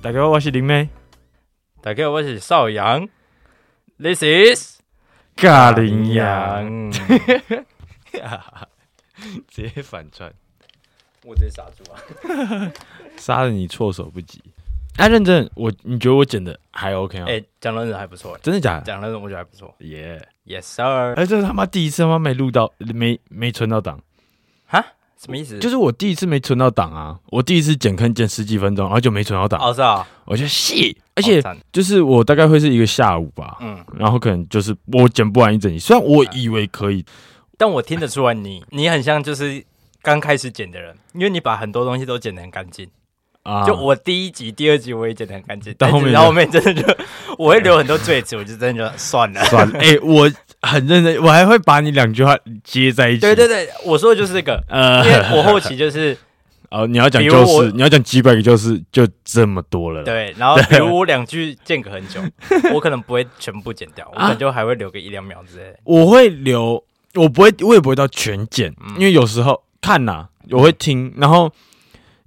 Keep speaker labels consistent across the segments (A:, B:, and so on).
A: 大家好，我是林妹，
B: 大家好，我是邵阳，This is 嗯
A: 咖喱羊。
C: 直接反串，
B: 我直接傻住啊！
C: 杀的你措手不及。哎、认真，我你觉得我剪的还 OK 吗？
B: 哎、讲认真还不错、
C: 真的假的？
B: 讲认真我觉得还不错。
C: 耶！
B: Yes sir，
C: 哎、这他妈第一次他妈没录到，没没存到档，
B: 哈，什么意思？
C: 就是是我第一次没存到档啊！我第一次剪坑剪十几分钟，然后就没存到档，
B: 哦是啊，
C: 我就谢。而且
B: 哦赞
C: 就是我大概会是一个下午吧，
B: 嗯，
C: 然后可能就是我剪不完一整集，虽然我以为可以，
B: 但我听得出来你，你很像就是刚开始剪的人，因为你把很多东西都剪得很干净。
C: 啊，
B: 嗯就我第一集、第二集我也剪得很干净，
C: 到后面
B: 然后后面真的就 我会留很多赘词，我就真的就算 了。
C: 算了，哎、我很认真，我还会把你两句话接在一起。
B: 对对，对，我说的就是 这个，因
C: 呃，
B: 为我后期就是
C: 哦，你要讲
B: 比如
C: 就
B: 我
C: 是，你要讲几百个就是，就这么多了啦。
B: 对，然后比如我两句间隔 很久，我可能不会全部剪
C: 啊
B: 掉，我可能就还会留个一两秒之类的。
C: 我会留，我不会，我也不会到全剪，
B: 嗯
C: 因为有时候看呐、我会听，然后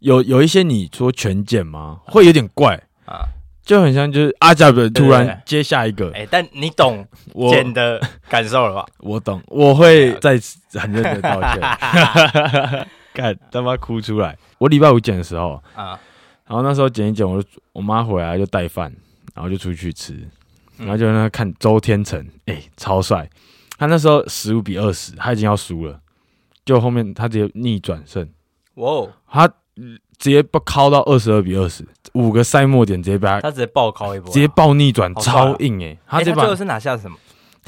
C: 有有一些你说全剪吗？会有点怪
B: 啊
C: 啊，就很像就是阿贾的突
B: 对对
C: 然接下一个，
B: 哎、但你懂
C: 我
B: 剪的感受了吧？
C: 我懂，我会
B: 啊
C: 再次很认真地道歉， 干他妈哭出来！我礼拜五剪的时候，
B: 啊，
C: 然后那时候剪一剪，我就我妈回来就带饭，然后就出去吃，
B: 嗯
C: 然后就在那看周天成，哎、超帅！他那时候十五比二十，他已经要输了，就后面他直接逆转胜，
B: 哇哦，
C: 他嗯直接被敲到二十二比二十，五个赛末点直接被他
B: 他直接爆高一波啊，
C: 直接爆逆转，
B: 好帅啊
C: 超硬哎、他直接
B: 哎、他最
C: 把
B: 后是拿下什么？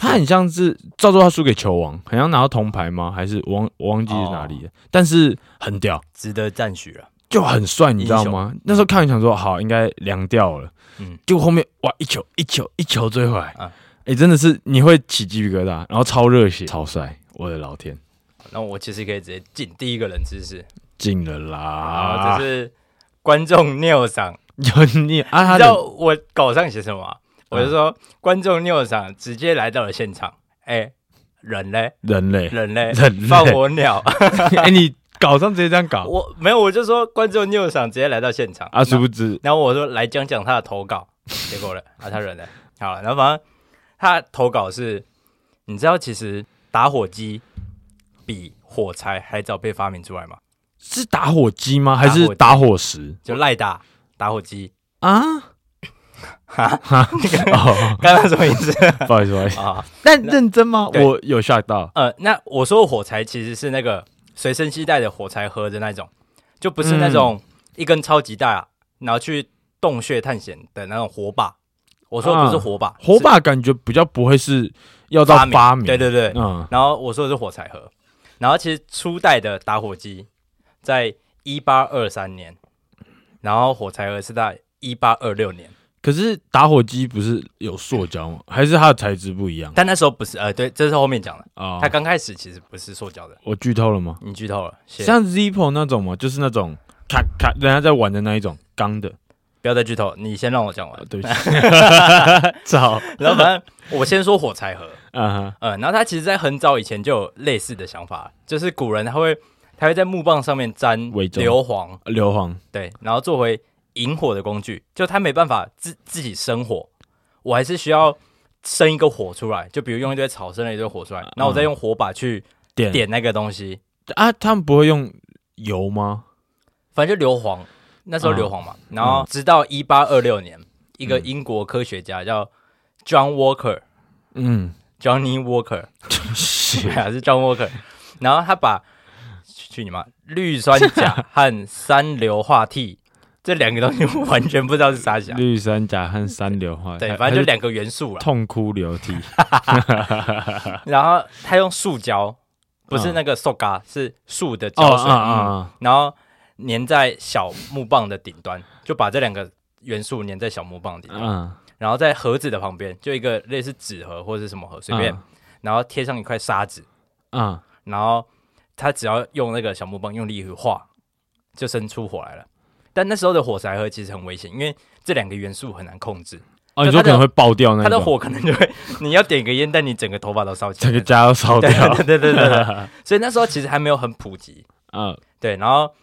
C: 他很像是，照说他输给球王，好像拿到铜牌吗？还是我忘我忘记是哪里了？但是很屌，
B: 值得赞许了。
C: 就很帅，你知道吗？那时候看完想说，好，应该凉掉了。
B: 嗯
C: 嗯，结果后面哇，一球一球一球追回来，哎、
B: 啊
C: 真的是你会起鸡皮疙瘩，然后超热血，超帅，我的老天，
B: 那我其实可以直接进第一个人知识，
C: 进了
B: 啊，
C: 啦！
B: 这是观众尿赏。
C: 有你啊，
B: 你
C: 他
B: 知道
C: 的嗯
B: 我稿上写什么吗？我就说观众尿赏直接来到了现场，哎、人嘞，
C: 人类，
B: 人 嘞，
C: 人类
B: 放我鸟。
C: 哎、你搞上直接这样搞
B: 我没有，我就说观众尿赏直接来到现场
C: 啊？
B: 然后
C: 殊不知
B: 然后我说来讲讲他的 投稿，结果呢，啊，他忍了。好，然后反正他投稿是，你知道其实打火机比火柴还早被发明出来吗？
C: 是打火机吗？还是
B: 打
C: 打火石
B: 就赖打打火机，
C: 啊？
B: 哈，
C: 哦，
B: 刚刚什么意 思
C: 不好意思，不好意思。
B: 啊？
C: 但认真吗？
B: 对
C: 我有吓到，
B: 呃，那我说的火柴其实是那个随身携带的火柴盒的那种，就不是那种一根超级大、然后去洞穴探险的那种火把。我说的不是
C: 啊
B: 火把，
C: 火把感觉比较不会是要到
B: 是
C: 发明，
B: 对对对，
C: 嗯，
B: 然后我说的是火柴盒，然后其实初代的打火机在一八二三年，然后火柴盒是在一八二六年，
C: 可是打火机不是有塑胶吗？还是它的材质不一样
B: 但那时候不是，呃，对，这是后面讲的，
C: 啊
B: 它？刚开始其实不是塑胶的，
C: 我剧透了吗？
B: 你剧透了，谢谢，
C: 像 Zippo 那种吗？就是那种咔咔，人家在玩的那一种钢的。
B: 不要再剧透，你先让我讲完
C: 啊，，对不 起，操，
B: 然后反正我先说火柴盒，
C: 啊哈，
B: 呃，然后它其实在很早以前就有类似的想法，就是古人他会他会在木棒上面沾
C: 伪装
B: 硫磺，
C: 硫磺
B: 对，然后作为引火的工具，就它没办法自自己生火，我还是需要生一个火出来，就比如用一堆草生了一堆火出
C: 嗯
B: 来，然后我再用火把去
C: 点
B: 点那个东西，
C: 啊，他们不会用油吗？
B: 反正就硫磺，那时候硫磺嘛，
C: 嗯
B: 然后直到一八二六年，一个英国科学家叫 John Walker。
C: 嗯，
B: Johnny Walker，对
C: 是
B: 啊，是 John Walker，然后他把去你妈氯酸钾和三硫化锑这两个东西，我完全不 知道是啥想。
C: 氯酸钾和三硫化，
B: 对，
C: 还
B: 反正
C: 还
B: 就
C: 是
B: 两个元素啦。
C: 痛哭流 涕。
B: 然后他用塑胶，不是
C: 嗯
B: 那个塑胶，是树的
C: 哦
B: 胶水，嗯
C: 啊啊啊！
B: 然后粘在小木棒的顶端，就把这两个元素粘在小木棒顶端，
C: 嗯，
B: 然后在盒子的旁边，就一个类似纸盒或者是什么盒，随
C: 嗯
B: 便，然后贴上一块砂纸，
C: 啊，
B: 然后他只要用那个小木棒用力一划，就生出火来了。但那时候的火柴盒其实很危险，因为这两个元素很难控制，
C: 哦，
B: 就
C: 你说
B: 它的
C: 可能会爆掉那
B: 它
C: 一
B: 的
C: 种，
B: 火可能就会，你要点个烟，但你整个头发都烧起
C: 整
B: 来
C: 个
B: 了。
C: 家都烧掉
B: 对啊 对对对对对，所以那时候其实还没有很普及。
C: 啊，
B: 对，然后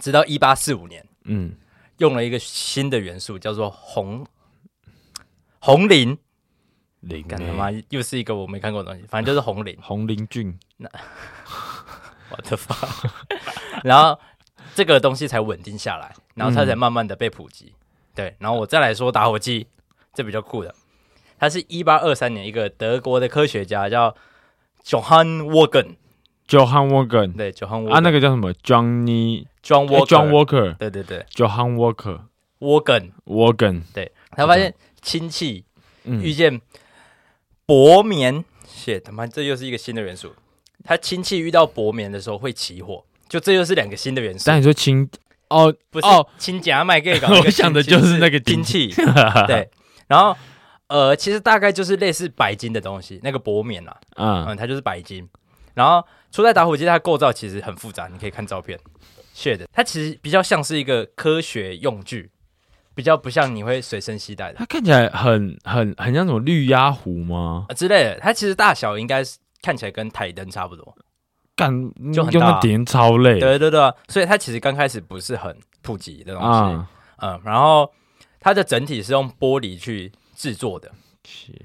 B: 直到一八四五年，
C: 嗯，
B: 用了一个新的元素，叫做红红磷，
C: 林
B: 干
C: 欸
B: 他妈又是一个我没看过的东西，反正就是红磷。
C: 红林俊，
B: 我的妈！ 然后这个东西才稳定下来，然后它才慢慢的被普及。对，然后我再来说打火机，这比较酷的，它是一八二三年一个德国的科学家叫 Johann Wagen，
C: Johan Walker
B: 对，Johann
C: 啊，那
B: Wagen，
C: 个叫什么 Johnny
B: John
C: Walker, John
B: Wagen，
C: Walker
B: 对对对
C: Johan Walker
B: ，Wagen，
C: Wagen，
B: 对，他发现氢气遇
C: 嗯，
B: 见薄棉，shit，他妈这又是一个新的元素，它氢气遇到薄棉的时候会起火，就这又是两个新的元素。
C: 但你说亲哦
B: 不是
C: 哦，
B: 亲家麦给搞
C: 我
B: 那个亲戚，
C: 想的就是那个
B: 亲戚，对，然后呃，其实大概就是类似白金的东西，那个薄棉啦，
C: 啊，
B: 嗯，它就是白金。然后初代打火机它的构造其实很复杂，你可以看照片。是的，它其实比较像是一个科学用具，比较不像你会随身携带的、
C: 它看起来很很很像什么绿鸭湖吗？
B: 呃之类的。它其实大小应该是看起来跟台灯差不多。
C: 干
B: 就很
C: 用
B: 大
C: 那点超累
B: 对对对啊，所以它其实刚开始不是很普及的东西。
C: 啊，
B: 嗯，然后它的整体是用玻璃去制作的，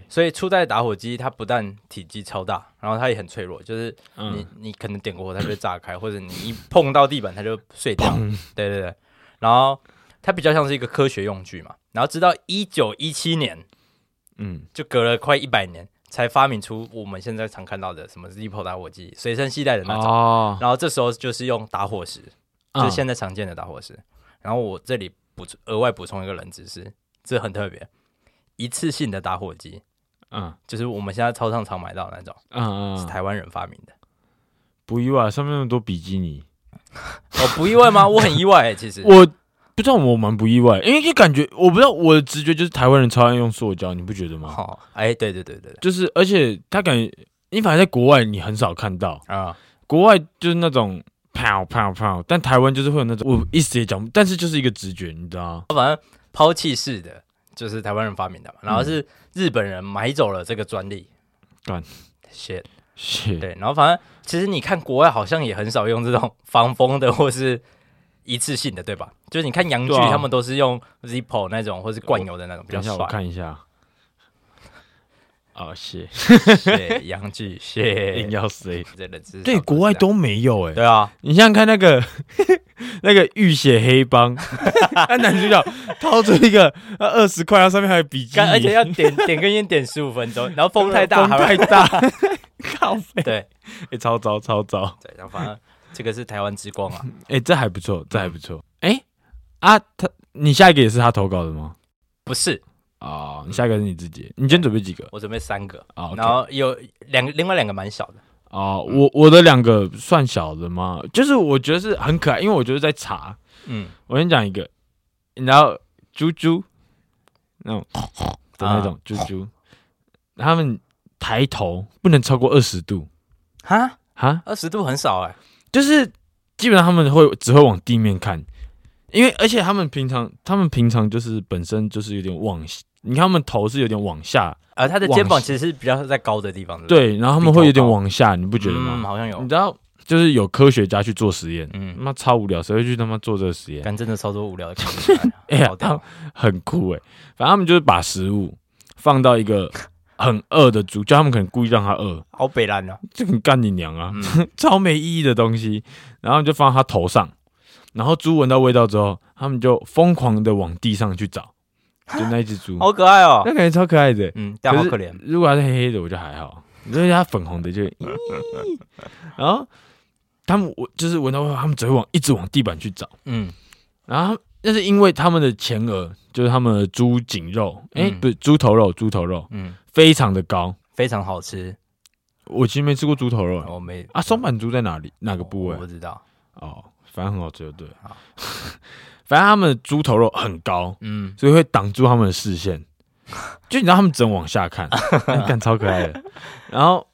B: 所以初代打火机它不但体积超大，然后它也很脆弱，就是你、
C: 嗯，
B: 你可能点个火它就会炸开，或者你一碰到地板它就碎掉。对对对，然后它比较像是一个科学用具嘛。然后直到一九一七年，
C: 嗯，
B: 就隔了快一百年，才发明出我们现在常看到的什么 Zippo 打火机，随身携带的那种。
C: 哦，嗯
B: 然后这时候就是用打火石，就是现在常见的打火石。然后我这里补充额外补充一个冷知识，这很特别，一次性的打火机，
C: 嗯
B: 就是我们现在超商常买到的那种，
C: 嗯
B: 是
C: 嗯，
B: 台湾人发明的。
C: 不意外，上面那么多比基尼，
B: 哦，不意外吗？我很意外、欸，其 实。
C: 我不知道我蛮不意外，因为就感觉我不知道我的直觉就是台湾人超爱用塑胶，你不觉得吗？
B: 哦，哎，对对对对对，
C: 就是而且他感觉你反正在国外你很少看到，
B: 啊、
C: 国外就是那种。啪啪啪！但台湾就是会有那种，我一时也讲不，但是就是一个直觉，你知道吗？
B: 抛弃式的就是台湾人发明的嘛，然后是日本人买走了这个专利。
C: 干
B: shit，
C: 是，
B: 对，然后反正其实你看国外好像也很少用这种 防风的或是一次性的，对吧？就是你看洋剧
C: 对啊
B: 他们都是用 Zippo 那种或是灌油的那种比
C: 等
B: 较
C: 一下
B: 帅
C: 我。看一下。 哦，谢，
B: 对，洋剧，谢
C: 硬要塞。
B: 这个知识
C: 对，国外都没有哎、
B: 对啊，
C: 你想想看那个 那个浴血黑帮， 那男主角掏出一个呃二十块，然后上面还有笔记，
B: 干而且要点点根烟点十五分钟，然后风太大，
C: 啊风
B: 还会
C: 太大， 靠背，
B: 对
C: 哎、超糟超糟，
B: 对，然后反正这个是台湾之光啊，
C: 哎、这还不错，这还不错，哎、啊，他你下一个也是他投稿的吗？
B: 不是
C: 哦，你下一个是你自己，你今天准备几个？
B: 我准备三个，
C: 啊、
B: 然后有两个，另外两个蛮小的，
C: 哦，我我的两个算小的吗？就是我觉得是很可爱，因为我就是在查，
B: 嗯，
C: 我先讲一个，然后猪猪那种的那种猪猪，他们抬头不能超过二十度
B: 哈，
C: 哈，
B: 二十度很少哎、
C: 就是基本上他们会只会往地面看，因为而且他们平常他们平常就是本身就是有点往，你看他们头是有点往下，
B: 啊，他的
C: 往
B: 肩膀
C: 西
B: 其实是比较在高的地方，不，
C: 对，然后他们
B: 比头
C: 会有点
B: 高
C: 往下，你不觉得
B: 嗯
C: 吗？
B: 好像
C: 你
B: 有，
C: 知道就是有科学家去做实验，他
B: 嗯，
C: 妈超无聊，谁会去他妈做这个实验？
B: 干真的超多无聊的感觉，
C: 哎呀
B: 好屌
C: 很酷哎、反正他们就是把食物放到一个很饿的猪，就他们可能故意让它饿，
B: 好北蓝啊，
C: 这个干你娘啊，
B: 嗯，
C: 超没意义的东西。然后就放到它头上，然后猪闻到味道之后，他们就疯狂的往地上去找，就那一只猪，
B: 好可爱哦
C: 那，感觉超可爱的、
B: 嗯，但好可怜，
C: 如果它是黑黑的，我就还好；如果它粉红的就， 咦然后他们我就是闻到味道，他们只会往一直往地板去找。
B: 嗯，
C: 然后那是因为他们的前额，就是他们的猪颈肉，哎、
B: 嗯
C: 不是猪头肉，猪头肉
B: 嗯，
C: 非常的高。
B: 非常好吃，
C: 我其实没吃过猪头肉、
B: 我没
C: 啊，松板猪在哪里？哪
B: 哪
C: 个部位
B: 我？不知道，
C: 哦，反正很好吃，就对了
B: 好。
C: 反正他们的猪头肉很高，
B: 嗯，
C: 所以会挡住他们的视 线，就你知道他们只能往下看，看超可爱的。然后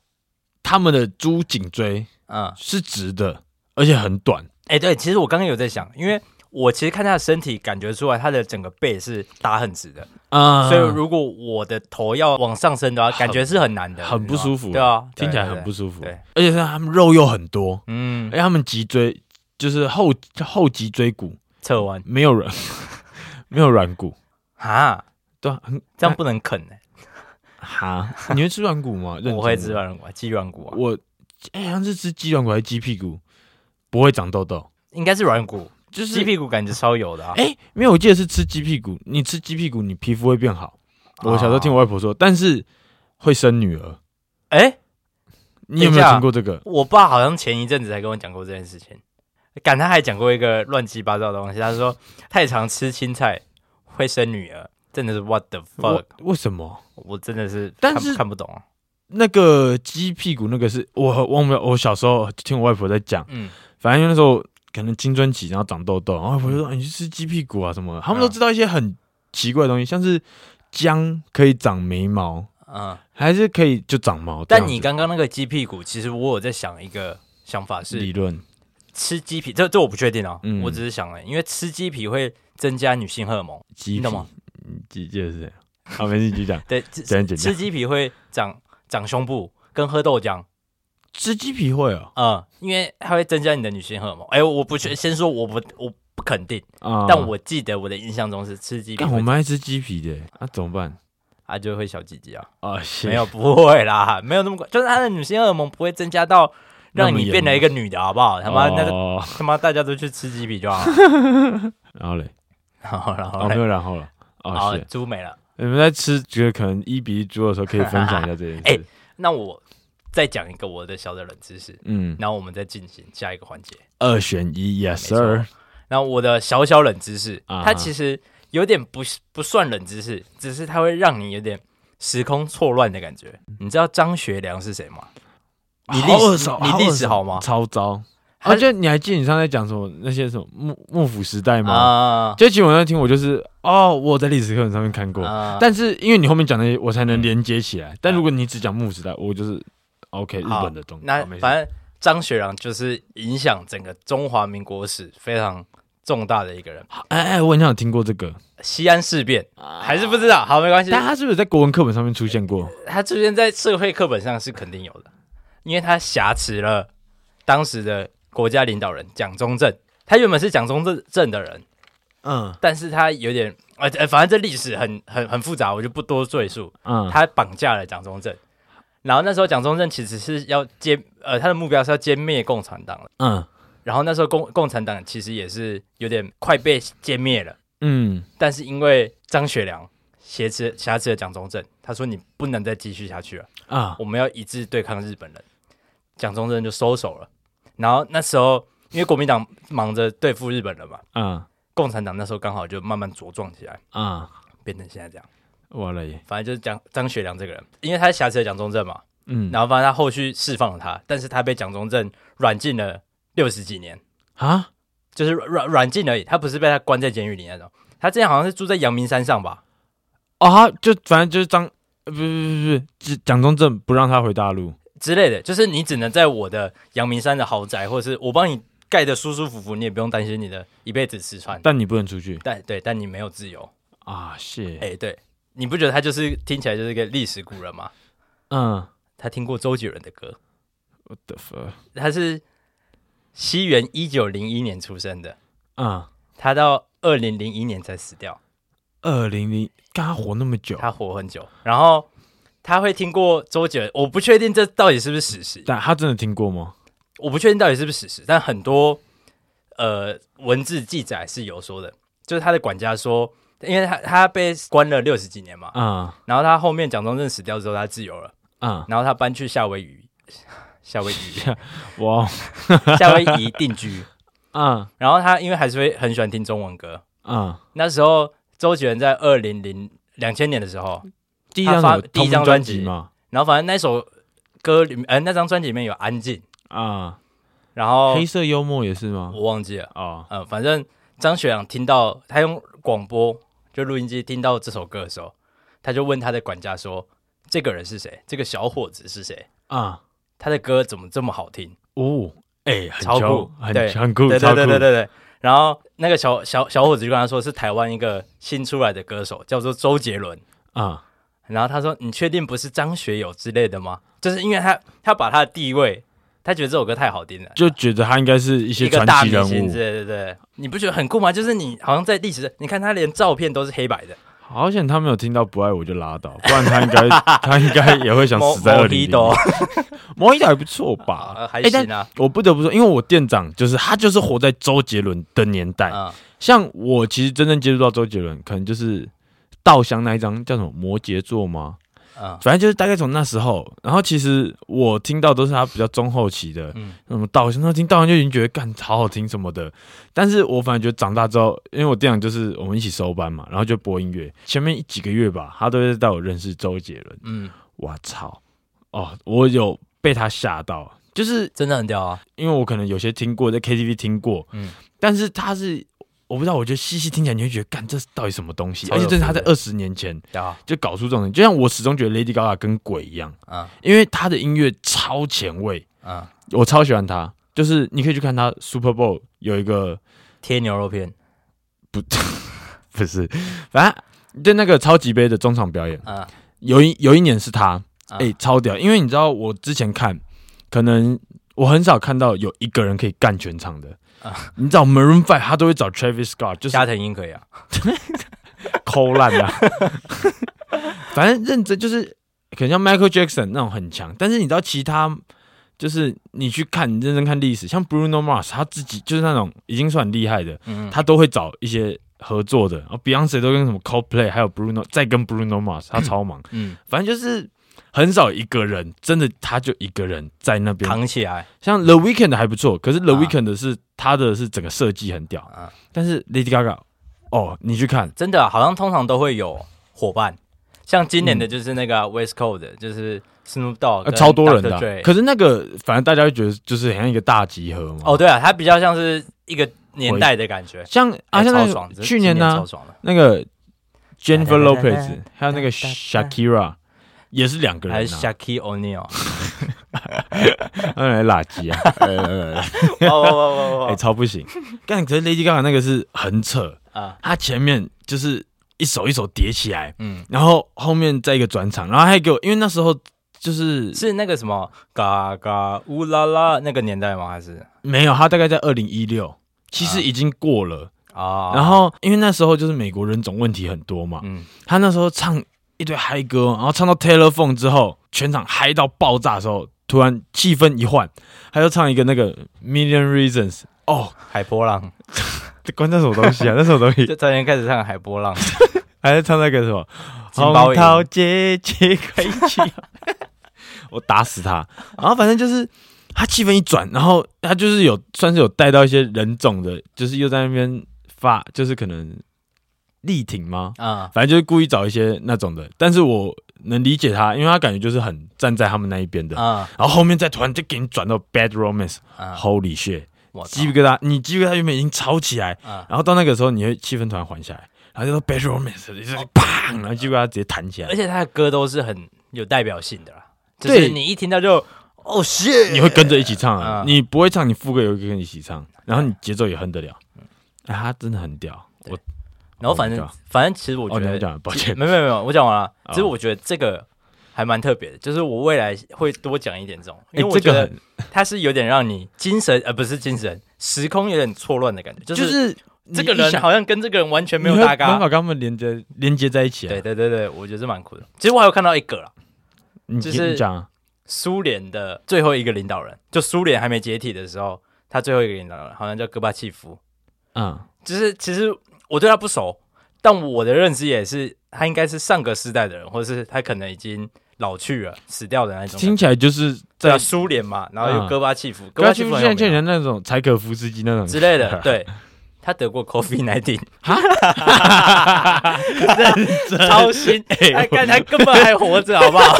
C: 他们的猪颈椎
B: 嗯，
C: 是直的，而且很短，
B: 哎、对，其实我刚刚有在想，因为我其实看他的身体，感觉出来他的整个背是打很直的，
C: 啊、
B: 所以如果我的头要往上升的话，感觉是嗯很难的，
C: 很不舒服
B: 你知道吗对啊，
C: 听起来很不
B: 舒
C: 舒服。
B: 对，
C: 而且是他们肉又很多，
B: 嗯
C: 而，且他们脊椎就是后后脊椎骨
B: 侧弯
C: 没有人，没有软骨，
B: 哈，
C: 对啊，很
B: 这样不能啃呢、
C: 哈，你会吃软骨吗？认真的
B: 我会吃，软骨啊，鸡软骨啊，
C: 我哎、好像是吃鸡软骨还是鸡屁股，不会长痘痘，
B: 应该是软骨，
C: 就是
B: 鸡屁股感觉超油的啊。
C: 哎、没有，我记得是吃鸡屁股，你吃鸡屁股，你皮肤会变好。我小时候听我外婆说，但是会生女儿。
B: 哎、
C: 你有没
B: 等一
C: 有
B: 下
C: 听过这个？
B: 我爸好像前一阵子才跟我讲过这件事情，赶他还讲过一个乱七八糟的东西，他说太常吃青菜会生女儿，真的是 what the fuck，
C: 我为什么？
B: 我真的是
C: 但
B: 看
C: 是
B: 看不懂啊。不
C: 那个鸡屁股那个是我忘不了，我小时候听我外婆在讲，
B: 嗯，
C: 反正因为那时候可能青春期，然后长痘痘，然后我就说、哎你去吃鸡屁股啊什么的，他们都
B: 嗯
C: 知道一些很奇怪的东西，像是姜可以长眉毛，
B: 嗯，
C: 还是可以就长毛。
B: 但你
C: 这样
B: 刚刚那个鸡屁股，其实我有在想一个想法
C: 子理
B: 是，
C: 论
B: 吃鸡皮，这这我不确定哦，
C: 嗯
B: 我只是想了，因为吃鸡皮会增加女性荷尔蒙，
C: 鸡
B: 你
C: 屁
B: 懂吗？
C: 鸡就是这样。 好，没事，你继续讲。
B: 对，吃
C: 简单简单
B: 吃鸡皮会长长胸部，跟喝豆浆，
C: 吃鸡皮会哦，
B: 嗯，因为它会增加你的女性荷尔蒙。哎、我不确，先说我不我不肯定，
C: 啊、
B: 但我记得我的印象中是吃鸡皮
C: 干，我
B: 会
C: 蛮爱吃鸡皮的，那、怎么办？
B: 啊就会小鸡鸡啊，
C: 啊，
B: 没有不会啦，没有那么快，就是它的女性荷尔蒙不会增加到
C: 那么
B: 让你
C: 严
B: 变了一个女的，好不好？他妈、那个
C: 哦
B: 他妈大家都去吃鸡皮就好 了，
C: 然后嘞，
B: 然后然后
C: 哦，
B: 嘞
C: 没有然后了，哦，
B: 好
C: 是
B: 猪没了。
C: 你们在吃觉得可能一比一猪的时候，可以分享一下这件
B: 哎
C: 事。
B: 那我再讲一个我的小的冷知识，
C: 嗯，
B: 然后我们再进行下一个环节。
C: 二选一，yes
B: 没
C: sir
B: 错。然后我的小小冷知识，
C: 啊哈
B: 它其实有点不是不算冷知识，只是它会让你有点时空错乱的感觉。你知道张学良是谁吗？你
C: 嗯好
B: 历
C: 耳
B: 史
C: 熟
B: 你
C: 好
B: 历
C: 耳
B: 史
C: 熟
B: 好吗？
C: 超糟。
B: 他
C: 而且你还记得你上次在讲什么那些什么幕幕府时代吗？
B: 啊
C: 就其实我在听，我就是哦，我有在历史课本上面看过，
B: 啊嗯
C: 但是因为你后面讲那些，我才能连接起来。但如果你只讲幕府时代，我就是 OK 日
B: 好
C: 本的东西。
B: 那
C: 好没事
B: 反正张学良就是影响整个中华民国史非常重大的一个人。
C: 哎哎，我好像有听过这个，
B: 西安事变
C: 啊
B: 还是不知道，好没关系。
C: 但他是不是在国文课本上面出现过？
B: 他出现在社会课本上是肯定有的，因为他挟持了当时的国家领导人蒋中正。他原本是蒋中正正的人，
C: 嗯
B: 但是他有点呃呃，反正这历史很很很复杂，我就不多赘述。
C: 嗯，
B: 他绑架了蒋中正，然后那时候蒋中正其实是要歼呃，他的目标是要歼灭共产党的。
C: 嗯
B: 然后那时候共共产党其实也是有点快被歼灭了，
C: 嗯，
B: 但是因为张学良挟持挟持了蒋中正，他说你不能再继续下去了。
C: 啊，
B: 我们要一致对抗日本人。蒋中正就收手了。然后那时候，因为国民党忙着对付日本人嘛，
C: 嗯
B: 共产党那时候刚好就慢慢茁壮起来，
C: 嗯，
B: 变成现在这样。
C: 我嘞，
B: 反正就是蒋张学良这个人，因为他挟持了蒋中正嘛，
C: 嗯，
B: 然后反正他后续释放了他，但是他被蒋中正软禁了六十几年，
C: 啊，
B: 就是软软软禁而已，他不是被他关在监狱里那种。他之前好像是住在阳明山上吧？
C: 哦，他就反正就是张，呃不不不不，蒋中正不让他回大陆，
B: 之类的，就是你只能在我的阳明山的豪宅，或是我帮你盖的舒舒服服，你也不用担心你的一辈子吃穿。
C: 但你不能出去
B: 但对，但你没有自由。
C: 啊，
B: 哎、
C: 谢，
B: 对，你不觉得他就是听起来就是个历史古人吗？
C: 嗯，
B: 他听过周杰伦的歌，
C: 我的妈，
B: 他是西元一九零一年出生的，
C: 嗯，
B: 他到二零零一年才死掉，
C: 二零零，跟他活那么久，
B: 他活很久。然后他会听过周杰伦，我不确定这到底是不是史实，
C: 但他真的听过吗？
B: 我不确定到底是不是史实，但很多呃文字记载是有说的，就是他的管家说，因为他他被关了六十几年嘛，
C: 啊
B: 然后他后面蒋中正死掉之后，他自由了。
C: 啊，
B: 然后他搬去夏威夷，夏威夷，
C: 哇，哦
B: 夏威夷定居。
C: 啊
B: 然后他因为还是会很喜欢听中文歌，
C: 啊，
B: 那时候周杰伦在二零零两千年的时候，
C: 第一张
B: 他发
C: 什么
B: 第一张
C: 同名
B: 专
C: 专
B: 辑
C: 辑嘛，
B: 然后反正那首歌里面，呃，那张专辑里面有《安静》，
C: 啊，
B: 然后
C: 黑色幽默也是吗？
B: 我忘记了，
C: 哦，
B: 呃，反正张学良听到他用广播就录音机听到这首歌的时候，他就问他的管家说：“这个人是谁？这个小伙子是谁？
C: 啊，
B: 他的歌怎么这么好听？”
C: 哦，哎，很
B: 超酷
C: 酷，很
B: 对
C: 很酷，
B: 对
C: 超
B: 对
C: 酷
B: 对对对对。然后那个小小小伙子就跟他说，是台湾一个新出来的歌手，叫做周杰伦。
C: 啊，
B: 然后他说：“你确定不是张学友之类的吗？”就是因为他他把他的地位他觉得这首歌太好听了，
C: 就觉得他应该是一些
B: 一个
C: 传
B: 大
C: 奇
B: 明
C: 人
B: 星
C: 物
B: 之。类的，对对对，你不觉得很酷吗？就是你好像在历史，你看他连照片都是黑白的，
C: 好险他没有听到不爱我就拉倒，不然他应 该他应该也会想
B: 某
C: 死在二
B: 某
C: 零
B: 批
C: 零。
B: 都
C: 摩伊岛还不错吧？
B: 啊，还
C: 哎但
B: 行啊，
C: 我不得不说，因为我店长就是他，就是活在周杰伦的年代。
B: 嗯，
C: 像我其实真正接触到周杰伦，可能就是《稻香》那一张叫什么摩羯座吗？
B: 嗯
C: 反正就是大概从那时候，然后其实我听到都是他比较中后期的，
B: 嗯
C: 什么稻香，那听稻香就已经觉得干好好听什么的。但是我反而觉得长大之后，因为我店长就是我们一起收班嘛，然后就播音乐，前面几个月吧，他都会带我认识周杰伦。
B: 嗯，
C: 我操！哦，我有被他吓到，就是
B: 真的很屌啊，
C: 因为我可能有些听过，在 KTV 听过，
B: 嗯
C: 嗯，但是他是我不知道，我觉得细细听起来你会觉得，干这是到底什么东西？
B: 超
C: 而
B: 有
C: 且这是他
B: 趣
C: 在
B: 的
C: 二十年前
B: 屌啊，
C: 就搞出这种，就像我始终觉得 Lady Gaga 跟鬼一样，
B: 嗯
C: 因为他的音乐超前卫，
B: 嗯，
C: 我超喜欢他。就是你可以去看他 Super Bowl 有一个
B: 贴牛肉片，
C: 不是，反正就那个超级杯的中场表演，
B: 嗯，
C: 有一有一年是他，
B: 嗯
C: 哎、超屌！因为你知道，我之前看，可能我很少看到有一个人可以干全场的。 你找 Maroon Five，他都会找 Travis Scott，就是
B: 加藤鹰可以啊，
C: 抠烂的。 反正认真就是，可能像 Michael Jackson 那种很强，但是你知道其他，就是你去看，你认真看历史，像 Bruno Mars，他自己就是那种已经算很厉害的，
B: 嗯，
C: 他都会找一些合作的。然后 Beyonce 都跟什么 Coldplay，还有 Bruno，再跟 Bruno Mars，他超忙。
B: 嗯
C: 反正就是很少一个人，真的他就一个人在那边。
B: 扛起来，
C: 像 The Weeknd 还不错，可是 The
B: 啊
C: Weeknd 的是、他的是整个设计很屌，
B: 嗯，
C: 但是 Lady Gaga，哦，你去看，
B: 真的啊好像通常都会有伙伴，像今年的就是那个啊 West Coast，的就是 Snoop Dogg，
C: 嗯呃，
B: 哦跟
C: 超多人的
B: Dr.
C: 啊、
B: Dre
C: 可是那个反正大家会觉得就是很像一个大集合嘛。
B: 哦，，对啊，它比较像是一个年代的感觉，
C: 像啊，
B: 哎
C: 像那
B: 超
C: 个
B: 爽，这
C: 去
B: 今
C: 年
B: 年
C: 呢、
B: 超爽的，
C: 那个 Jennifer
B: 哒哒哒
C: Lopez 还有那个 Shakira 也是两个
B: 还
C: 人
B: 是
C: 啊，
B: Shaki O'Neal，
C: 当然垃圾 啊，哎哎哎
B: 哦哦哦
C: 哎哎
B: 哦
C: 超不行。但可是 Lady Gaga 那个是很扯，
B: 哦，啊，
C: 他前面就是一首一首叠起来，
B: 嗯，
C: 然后后面再一个转场，然后还给我，因为那时候就是
B: 是那个什么嘎嘎乌拉拉那个年代吗？还是
C: 没有，他大概在二零一六，其实已经过了。
B: 啊？
C: 然后因为那时候就是美国人种问题很多嘛，
B: 嗯，
C: 他那时候唱一堆嗨歌，然后唱到 Taylor p h o n e 之后，全场嗨到爆炸的时候，突然气氛一换，他就唱一个那个 Million Reasons。哦，
B: 海波浪，
C: 这关那什么东西啊？那什么东西？
B: 就昨天开始唱海波 浪，
C: 哎还在唱那个什么
B: 金包银
C: 姐姐快 起，我打死他。然后反正就是他气氛一转，然后他就是有算是有带到一些人种的，就是又在那边发，就是可能力挺吗？
B: 啊，
C: 反正就是故意找一些那种的。但是我能理解他，因为他感觉就是很站在他们那一边的。
B: 啊
C: 然后后面再突然就给你转到 Bad Romance，Holy、
B: 啊，
C: shit！
B: 我操
C: 鸡皮疙瘩，你鸡皮疙瘩原本已经吵起来，
B: 啊，
C: 然后到那个时候，你会气氛突然缓下来，然后就说 Bad Romance，就是
B: 哦
C: 砰，然后结果他直接弹起来
B: 而，且他的歌都是很有代表性的啦，就
C: 对
B: 是你一听到就哦 shit，
C: 你会跟着一起唱啊
B: 嗯，
C: 你不会唱，你副歌也会跟你一起唱，
B: 啊
C: 然后你节奏也哼得了，哎，他真的很屌，我
B: 然后反正、
C: Oh my god
B: 反正其实我觉
C: 哦，你
B: 得
C: 还，讲，抱歉，
B: 没有没有没有，我讲完了。
C: 哦
B: 其实我觉得这个还蛮特别的，就是我未来会多讲一点这种，因
C: 哎
B: 为，我
C: 这
B: 觉
C: 个
B: 得
C: 很
B: 它是有点让你精神呃不是精神时空有点错乱的感觉，就
C: 就是是
B: 这个人好像跟这个人完全
C: 像
B: 没有搭
C: 没办法
B: 嘎。
C: 跟他们连接连接在一起啊，
B: 对对对对，我觉得是蛮酷的。其实我还有看到一个啦，
C: 你
B: 就是
C: 你讲啊，
B: 苏联的最后一个领导人，就苏联还没解体的时候，他最后一个领导人好像叫戈巴契夫。
C: 嗯，
B: 就是其实我对他不熟，但我的认知也是他应该是上个世代的人，或者是他可能已经老去了、死掉的那种感觉。
C: 听起来就是
B: 对啊，
C: 在
B: 苏联嘛，然后有
C: 嗯
B: 戈巴契夫，
C: 跟
B: 戈巴
C: 他
B: 契
C: 去
B: 夫很有
C: 现在
B: 名啊
C: 人那种柴可夫斯基那种
B: 之类的， 对。他得过 COVID nineteen，超新，哎，看他根本还活着，好不好？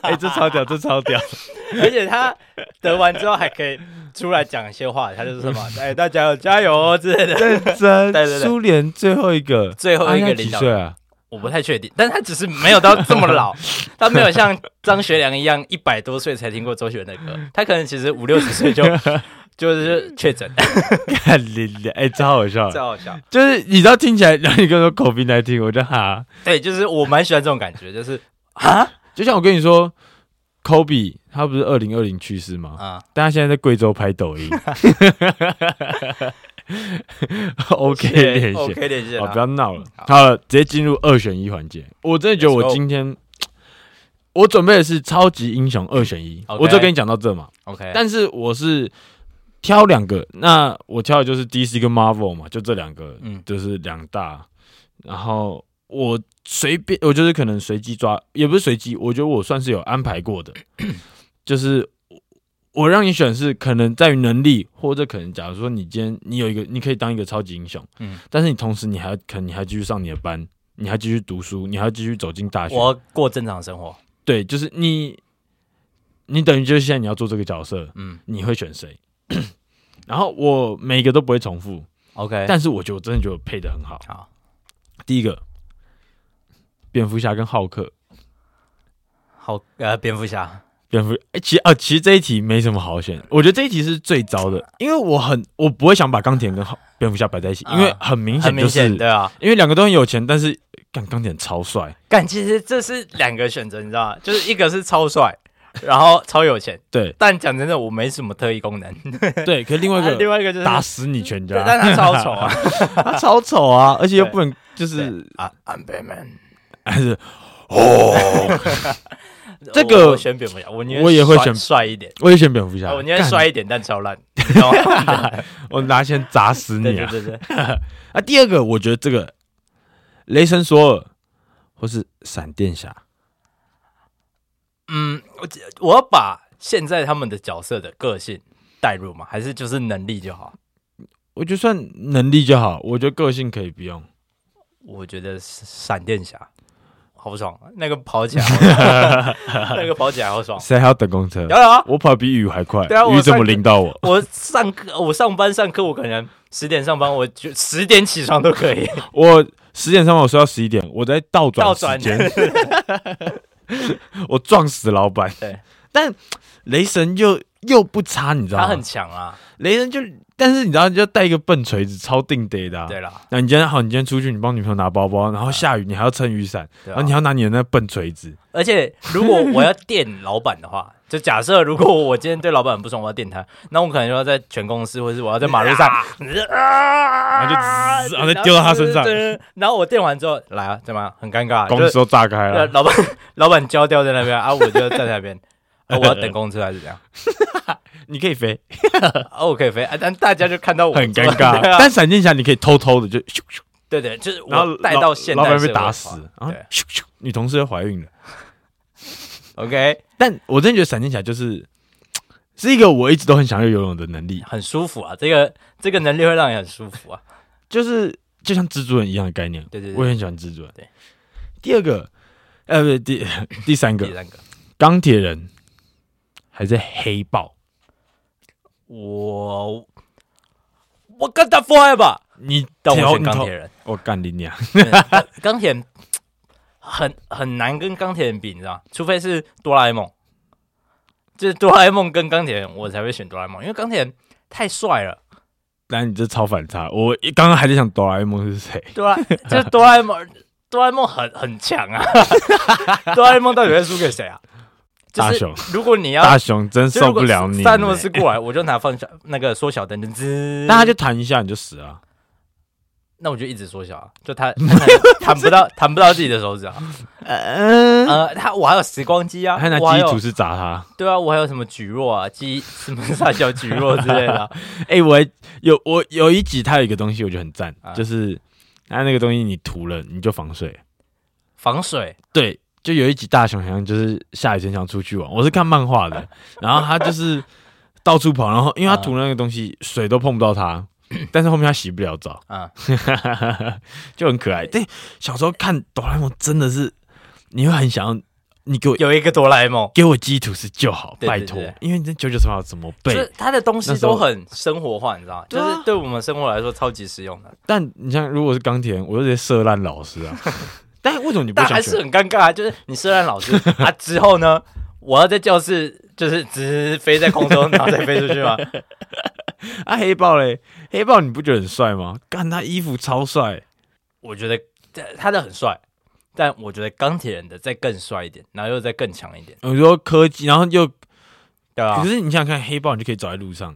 C: 哎，这超屌，这超屌，
B: 而且他得完之后还可以出来讲一些话，他就是 什么，哎，大家要加油哦之类的。对对
C: 真
B: 对
C: 苏联最后一个，
B: 最后一个
C: 啊那几
B: 领导人
C: 岁啊？
B: 我不太确定，但他只是没有到这么 老，他没有像张学良一样一百多岁才听过周杰伦的歌，他可能其实五六十 岁就就是确诊，
C: 看你俩，哎，超好 笑的，
B: 这好笑。
C: 就是你知道听起来，然后你跟我说口鼻难听，我就哈，
B: 对，就是我蛮喜欢这种感觉，就是啊，
C: 就像我跟你说，科比他不是二零二零去世吗？
B: 啊，
C: 但他现在在贵州拍抖音 ，OK 连线
B: OK 连线
C: 好，
B: 啊
C: 不要闹了。
B: 好
C: 好了，直接进入二选一环节。我真的觉得
B: Let's
C: 我
B: go
C: 今天我准备的是超级英雄二选一，
B: OK
C: 我就跟你讲到这嘛。
B: OK，
C: 但是我是挑两个，那我挑的就是 DC 跟 Marvel 嘛，就这两个，
B: 嗯
C: 就是两大。然后我随便，我就是可能随机抓，也不是随机，我觉得我算是有安排过 的，就是我我让你选是可能在于能力，或者可能假如说你今天你有一个，你可以当一个超级英雄，
B: 嗯，
C: 但是你同时你还要可能你还继续上你的班，你还继续读书，你还要继续走进大学，
B: 我要过正常生活，
C: 对，就是你，你等于就是现在你要做这个角色，
B: 嗯
C: 你会选谁？ 然后我每个都不会重复，
B: ，OK，
C: 但是我觉得我真的觉得我配的很好。
B: 好，
C: 第一个，蝙蝠侠跟浩克，
B: 好，呃，蝙蝠侠，
C: 蝙蝠，哎，其实啊，其实这一题没什么好
B: 嗯
C: 选，我觉得这一题是最糟的，因为我很我不会想把钢铁跟 浩蝙蝠侠摆在一起，因为
B: 啊
C: 很明
B: 很
C: 显就
B: 明
C: 是，
B: 显，对啊，
C: 因为两个都很有钱，但是干钢铁超帅，
B: 干，其实这是两个选择，你知道吗？就是一个是超帅，然后超有钱，
C: 对
B: 但讲真的，我没什么特异功能，
C: 对，可是另外一
B: 啊另
C: 个
B: 外一个就是
C: 打死你全
B: 对
C: 家，
B: 但他超 丑啊，
C: 他超丑 啊，而且又
B: 对
C: 不能就是
B: 啊，I'm Batman，
C: 还是这
B: 我
C: 个
B: 我选蝙蝠侠，我宁愿
C: 我也会
B: 帅
C: 选
B: 帅一点，
C: 我也选蝙蝠侠，
B: 啊我宁愿
C: 干
B: 帅，一点，但超烂，你知道 吗？
C: 我拿钱砸死
B: 对
C: 你
B: 对
C: 啊！
B: 对对，
C: 啊，第二个我觉得这个雷神索尔或是闪电侠，
B: 嗯，我只我要把现在他们的角色的个性带入嘛，还是就是能力就好？
C: 我觉得算能力就好，我觉得个性可以不用。
B: 我觉得是闪电侠好爽啊，那个跑起来好爽， 那个跑起来好爽。
C: 谁还要等公 车？
B: 有啊，
C: 我跑比雨还快，
B: 对啊我
C: 雨怎么
B: 上
C: 淋到我？
B: 我上课，我上班上课，我可能十点上班，我就十点起床都可以。
C: 我十点上班，我睡到十一点，我在倒转
B: 倒
C: 时
B: 转
C: 间， 我撞死老板。
B: 对，
C: 但雷神又又不差，你知
B: 他
C: 道
B: 很
C: 吗？
B: 强啊，
C: 雷神就，但是你知道，就带一个笨锤子，超定得的、啊。
B: 对啦，
C: 那你今天好，你今天出去，你帮女朋友拿包包，然后下雨你还要撑雨伞，
B: 对
C: 然
B: 啊
C: 后你还要拿你的那笨锤子，
B: 而且如果我要电老板的话，就假设如果我今天对老板很不爽，我要电他，那我可能就要在全公司，或是我要在马路上，啊
C: 然后就滋然后再丢到他身上
B: 对然后我电完之后，来啊，怎么样很尴尬？
C: 公
B: 就
C: 司都炸开
B: 呃
C: 了。
B: 老板 老板焦掉在那边啊，我就站在那边。啊、我要等公车还是怎样？
C: 你可以飞，
B: 啊，我可以飞啊，但大家就看到 我
C: 很尴
B: 对
C: 尬。
B: 啊
C: 但闪电侠你可以偷偷的就咻咻，
B: 对对，就是我
C: 然后
B: 带
C: 老
B: 到现代
C: 老板
B: 社
C: 被
B: 会
C: 打
B: 化
C: 死，然后
B: 对
C: 咻咻，女同事又怀孕了。
B: ，OK，
C: 但我真的觉得闪电侠就是是一个我一直都很想要游泳的能力，
B: 很舒服啊，这个这个能力会让你很舒服啊。
C: 就是就像蜘蛛人一样的概念。
B: 对对对
C: 我也很喜欢蜘蛛人。
B: 对，
C: 第二个，呃，不 对，第第三
B: 第
C: 个，
B: 三个，
C: 钢铁人还是黑豹。
B: 我我跟他 forever，
C: 你
B: 但我
C: 挑
B: 选
C: 你
B: 钢
C: 挑
B: 铁人，
C: 我干你娘！
B: 钢铁人很很难跟钢铁人比，你知道吗？除非是哆啦 A 梦，就是哆啦 A 梦跟钢铁人，我才会选哆啦 A 梦，因为钢铁人太帅了。
C: 那你这超反差。我一刚刚还在想哆啦 A 梦是谁，
B: 哆啦， 就是哆啦 A 梦，哆啦 A 梦很很强啊！ 哆啦 A 梦到底会输给谁啊？就
C: 大
B: 是
C: 雄。
B: 如果你要
C: 大雄真
B: 就
C: 受
B: 如
C: 不
B: 果
C: 了你。欸
B: 萨诺斯过来，我就拿放小那个缩小灯，滋，
C: 那他就弹一下你就死了。
B: 那我就一直缩小啊，就他他弹弹不到弹不到自己的手指啊。
C: 嗯，
B: 呃，他我还有时光机啊，
C: 还拿
B: 我
C: 记
B: 还
C: 忆
B: 有
C: 吐司砸他。
B: 对啊，我还有什么举弱啊，记忆什么大小举弱之类 的啊、
C: 哎，我还有我有一集他有一个东西我觉得很赞
B: 啊，
C: 就是他那个东西你涂了你就防水。
B: 防水
C: 对，就有一集大雄好像就是下雨天想出去玩，我是看漫画 的，然后他就是到处跑，然后因为他涂了那个东西，水都碰不到 他。但是后面他洗不了澡，
B: 啊、
C: 就很可爱。对，小时候看哆啦 A 梦真的是，你会很想要，你给我
B: 有一个哆啦 A 梦，
C: 给我基础是就好，
B: 对
C: 拜
B: 对
C: 托
B: 对，
C: 因为你这九九乘法怎么
B: 就
C: 背
B: 是？他的东西
C: 那时候
B: 都很生活化，你知道吗？
C: 对
B: 就
C: 啊
B: 是对我们生活来说超级实用的，
C: 但你像如果是钢铁人，我就直接射烂老师啊。但为什么你不
B: 但
C: 想
B: 还是
C: 选？
B: 很尴尬啊。就是你虽然老师啊之后呢，我要在教室就是只飞在 空中，然后再飞出去吗？
C: 啊，黑豹嘞，黑豹你不觉得很帅吗？干他衣服超帅，
B: 我觉得呃他的很帅，但我觉得钢铁人的再更帅一点，然后又再更强一点。
C: 我说科技，然后又
B: 对吧
C: 可？是你想想看，黑豹你就可以走在路上，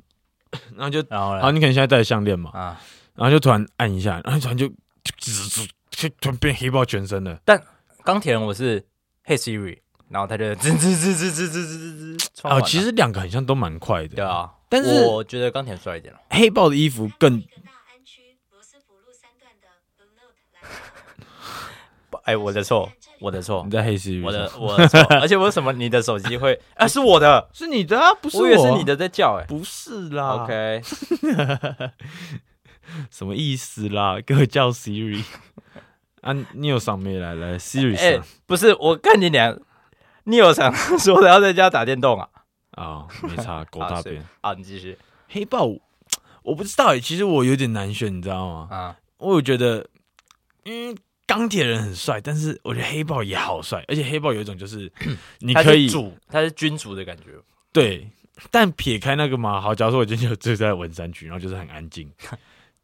C: 然后就
B: 然后
C: 好，
B: 呢？
C: 你可能现在戴项链嘛，
B: 啊，
C: 然后就突然按一下，然后突然就就就突然变黑豹全身了。
B: 钢铁人我是 Hey Siri，然后他就吱吱吱吱吱吱吱吱吱穿
C: 啊，
B: 完了
C: 其实两个很像，都蛮快
B: 对
C: 的。
B: 啊，
C: 但是
B: 我觉得钢铁人帅一点了。
C: 黑豹的衣服更
B: 哎，我的错，我的错
C: 你，在黑丝，
B: 我的我的错，而且为什么你的手机会啊是我的？
C: 是你的啊，不是
B: 我以为是你，的在叫哎。
C: 不是啦。
B: OK，
C: 什么意思啦？ 给我叫 Siri 啊！你有上面来来 Siri
B: 哎
C: 上，
B: 不是，我看你俩，你有想说的要在家打电动啊？
C: 啊，没差，狗
B: 啊
C: 大
B: 是
C: 便。
B: 啊，你继续
C: 黑豹，我不知道哎，其实我有点难选，你知道吗？
B: 啊，
C: 我有觉得，嗯，钢铁人很帅，但是我觉得黑豹也好帅，而且黑豹有一种就是 你
B: 他
C: 可
B: 是
C: 以
B: 主，他是君主的感觉。
C: 对，但撇开那个嘛，好，假如说我今天就住在文山区，然后就是很安 静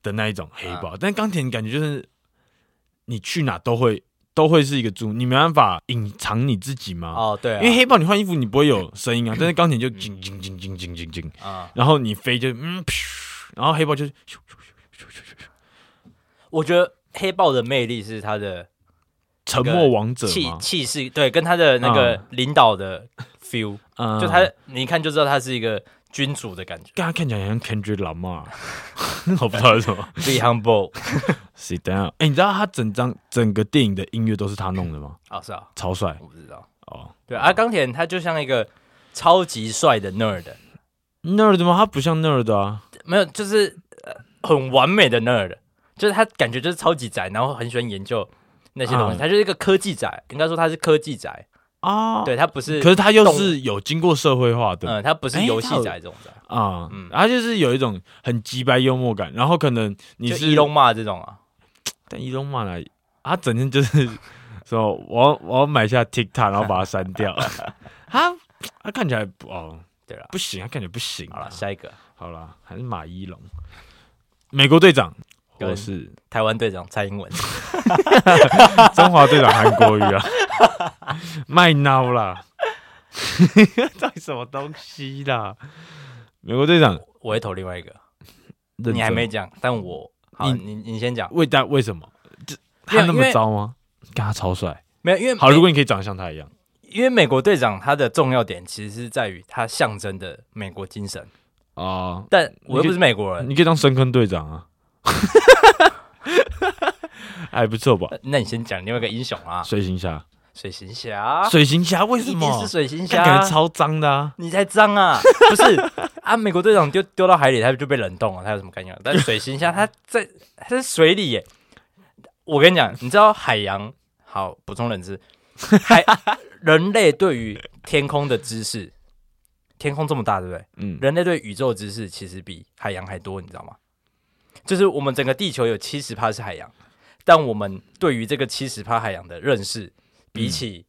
C: 的那一种黑
B: 嗯
C: 豹，但钢铁人感觉就是你去哪都会都会是一个猪，你没办法隐藏你自己嘛。
B: 哦，对啊，
C: 因为黑豹你换衣服你不会有声 音啊，但是钢铁就叮叮叮叮叮叮叮，
B: 啊，
C: 然后你飞就嗯，噗然后黑豹就是咻咻咻咻咻咻咻
B: 我觉得黑豹的魅力是他的
C: 沉默王者
B: 气
C: 嘛，
B: 气势，对，跟他的那个
C: 嗯
B: 领导 的 feel，
C: 嗯。
B: 就他你一看就知道他是一个君主的感觉
C: 跟他看起来很像 Kendrick Lamar，我不知道是什么。
B: Be humble
C: Sit down，哎、你知道他整张整个电影的音乐都是他弄的吗？
B: 啊，是啊，
C: 超帅
B: 我不知道。
C: 哦
B: 对啊，钢铁人他就像一个超级帅的 nerd，
C: ，nerd 吗？他不像 nerd 啊，
B: 没有，就是、呃很完美的 nerd，就是他感觉就是超级宅，然后很喜欢研究那些东西，
C: 嗯
B: 他就是一个科技宅，应该说他是科技宅，
C: 啊，，
B: 对他不是，
C: 可是他又是有经过社会化的
B: 嗯，他不是
C: 哎
B: 游戏
C: 他有
B: 宅这种宅，
C: 啊，
B: 嗯
C: 他就是有一种很鸡掰幽默感，然后可能你
B: 就是伊隆骂这种啊，
C: 但伊隆马来，他整天就是说我要我要买下 TikTok，然后把它删 掉，他他看起来不哦
B: 对了，
C: 不行，他看起来不行、
B: 好
C: 啊
B: 了，，下一个
C: 好啦，还是马一龙，美国队长，
B: 跟
C: 或是
B: 台湾队长蔡英 文，
C: 中华队长韩国瑜 啊，卖孬啦，到底什么东西啦？美国队长，
B: 我会投另外一个，
C: 认真
B: 你还没讲，但我好，
C: 你
B: 你你先讲，
C: 为但为什么？这
B: 没有
C: 他那
B: 因
C: 么
B: 为
C: 糟吗？跟他超帅。
B: 没有，因为
C: 好，
B: 美
C: 如果你可以长得像他一样
B: 因为美国队长他的重要点其实是在于他象征的美国精神，
C: 啊、
B: 但我
C: 你
B: 又
C: 可以
B: 不是美国人，
C: 你可以当深坑队长 啊，还不错吧？
B: 那你先讲另外一个英雄啊，
C: 水行侠，
B: 水行侠，
C: 水行侠为什
B: 一
C: 么
B: 定是？水行
C: 看感
B: 侠啊
C: 觉，超脏的啊！
B: 你才脏啊！ 不是啊，美国队长丢丢到海里，他就被冷冻了，他有什么概念？但水行侠他在他在水里耶，我跟你讲，你知道海洋好补充冷知，海 人类对于天空的知识，天空这么大，对不对？
C: 嗯，
B: 人类对宇宙的知识其实比海洋还多，你知道吗？就是我们整个地球有七十趴是海洋，但我们对于这个七十趴海洋的认识，比起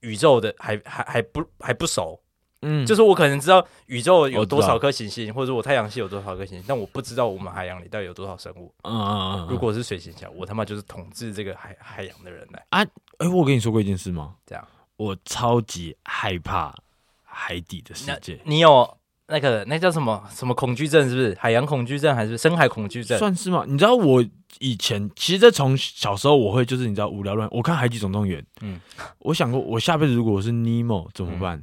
B: 宇宙的还还还不还不熟。
C: 嗯，
B: 就是是我可能知道宇宙有
C: 我知道
B: 多少颗行星，或者我太阳系有多少颗行星，但我不知道我们海洋里到底有多少生物。
C: 嗯嗯嗯。
B: 如果是水行侠，我他妈就是统治这个海海洋的人嘞。
C: 哎、我跟你说过一件事吗？
B: 这样，
C: 我超级害怕海底的世
B: 那
C: 界，
B: 你有那个那叫什么什么恐惧症是不是？海洋恐惧症还是深海恐惧症？
C: 算是吗？你知道我以前其实这从小时候我会就是你知道无聊乱，我看《海底总动员》，
B: 嗯
C: 嗯，我想过我下辈子如果我是尼莫怎么办？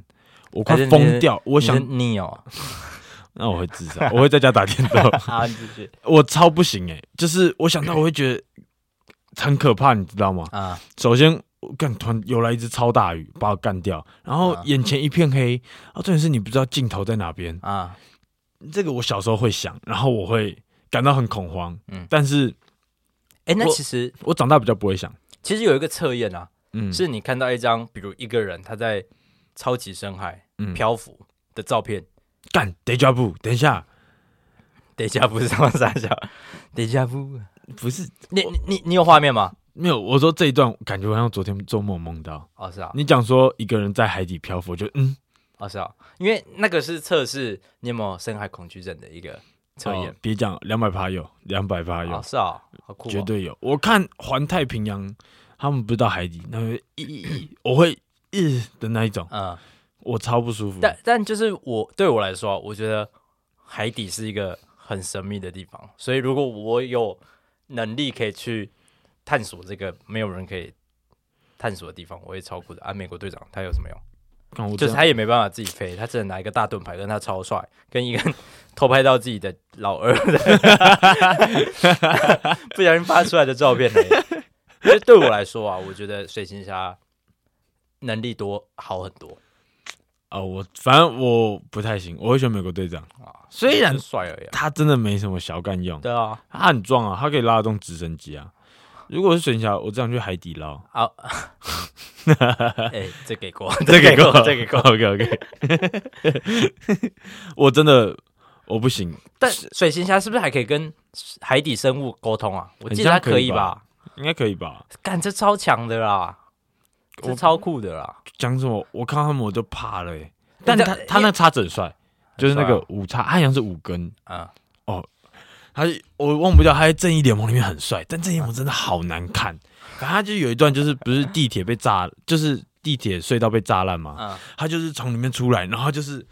C: 我快
B: 还是你
C: 疯掉！我想
B: 你是 Neo
C: 那我会自杀，我会在家打电动，
B: 啊，你继续
C: 我超不行哎、就是我想到我会觉得很可怕，你知道吗？
B: 啊。
C: 首先，我干突然游来一只超大鱼把我干掉，然后
B: 啊
C: 眼前一片黑，啊，重点是你不知道镜头在哪边，
B: 啊，
C: 这个我小时候会想，然后我会感到很恐慌，
B: 嗯
C: 嗯，但是
B: 哎、那
C: 我
B: 其实
C: 我长大比较不会想，
B: 其实有一个测验啊，
C: 嗯，
B: 是你看到一张，比如一个人他在超级深海
C: 嗯
B: 漂浮的照片，
C: 干 deja vu，等一下，
B: 等一下不是这么傻笑，等一下不，
C: 不是
B: 你你你你有画面吗？
C: 没有，我说这一段感觉好像昨天做梦梦到，
B: 哦是啊，
C: 你讲说一个人在海底漂浮，我就嗯，
B: 哦是啊，因为那个是测试你有没有深海恐惧症的一个测验
C: 哦，别讲两百趴有，两百趴有，
B: 哦是啊，好酷、哦，
C: 绝对有。我看环太平呃洋，他们不是到海底，那个一一一，我会一的那一种，
B: 嗯，
C: 我超不舒服。
B: 但但就是我对我来说啊，我觉得海底是一个很神秘的地方，所以如果我有能力可以去探索这个没有人可以探索的地方，我会超酷的。啊，美国队长他有什么用？
C: 干我
B: 就是
C: 这
B: 他也没办法自己飞，他只能拿一个大盾牌，跟他超帅，跟一个 偷拍到自己的老二 的不小心发出来的照片而已。其实对我来说啊，我觉得水行侠能力多好很多
C: 啊、我反正我不太行，我会选美国队长。
B: 啊，
C: 虽然
B: 就是帅而已、啊。
C: 他真的没什么小干用，
B: 对 啊，
C: 他很壮啊，他可以拉得动直升机啊。如果是水下，我只想去海底捞。
B: 啊，哎、这给过，
C: 这个够，
B: 这给过。
C: OK OK。我真的我不行，
B: 但水行侠是不是还可以跟海底生物沟通啊？我记得
C: 很像
B: 他
C: 可
B: 可
C: 以
B: 以吧？
C: 应该可以吧？
B: 干，这超强的啦，这
C: 我
B: 超酷的啦。
C: 讲什么？我看他们我就怕了、欸。但
B: 这
C: 他他那叉子很帅，啊就是那
B: 很
C: 个
B: 帅
C: 五叉，他好像是五根。
B: 啊，
C: 他我忘不掉，他在《正义联盟》里面很帅，但《正义联盟》真的好难看。反正他就有一段，就是不是地铁被炸，就是地铁隧道被炸烂嘛，
B: 嗯
C: 他就是从里面出来，然后就是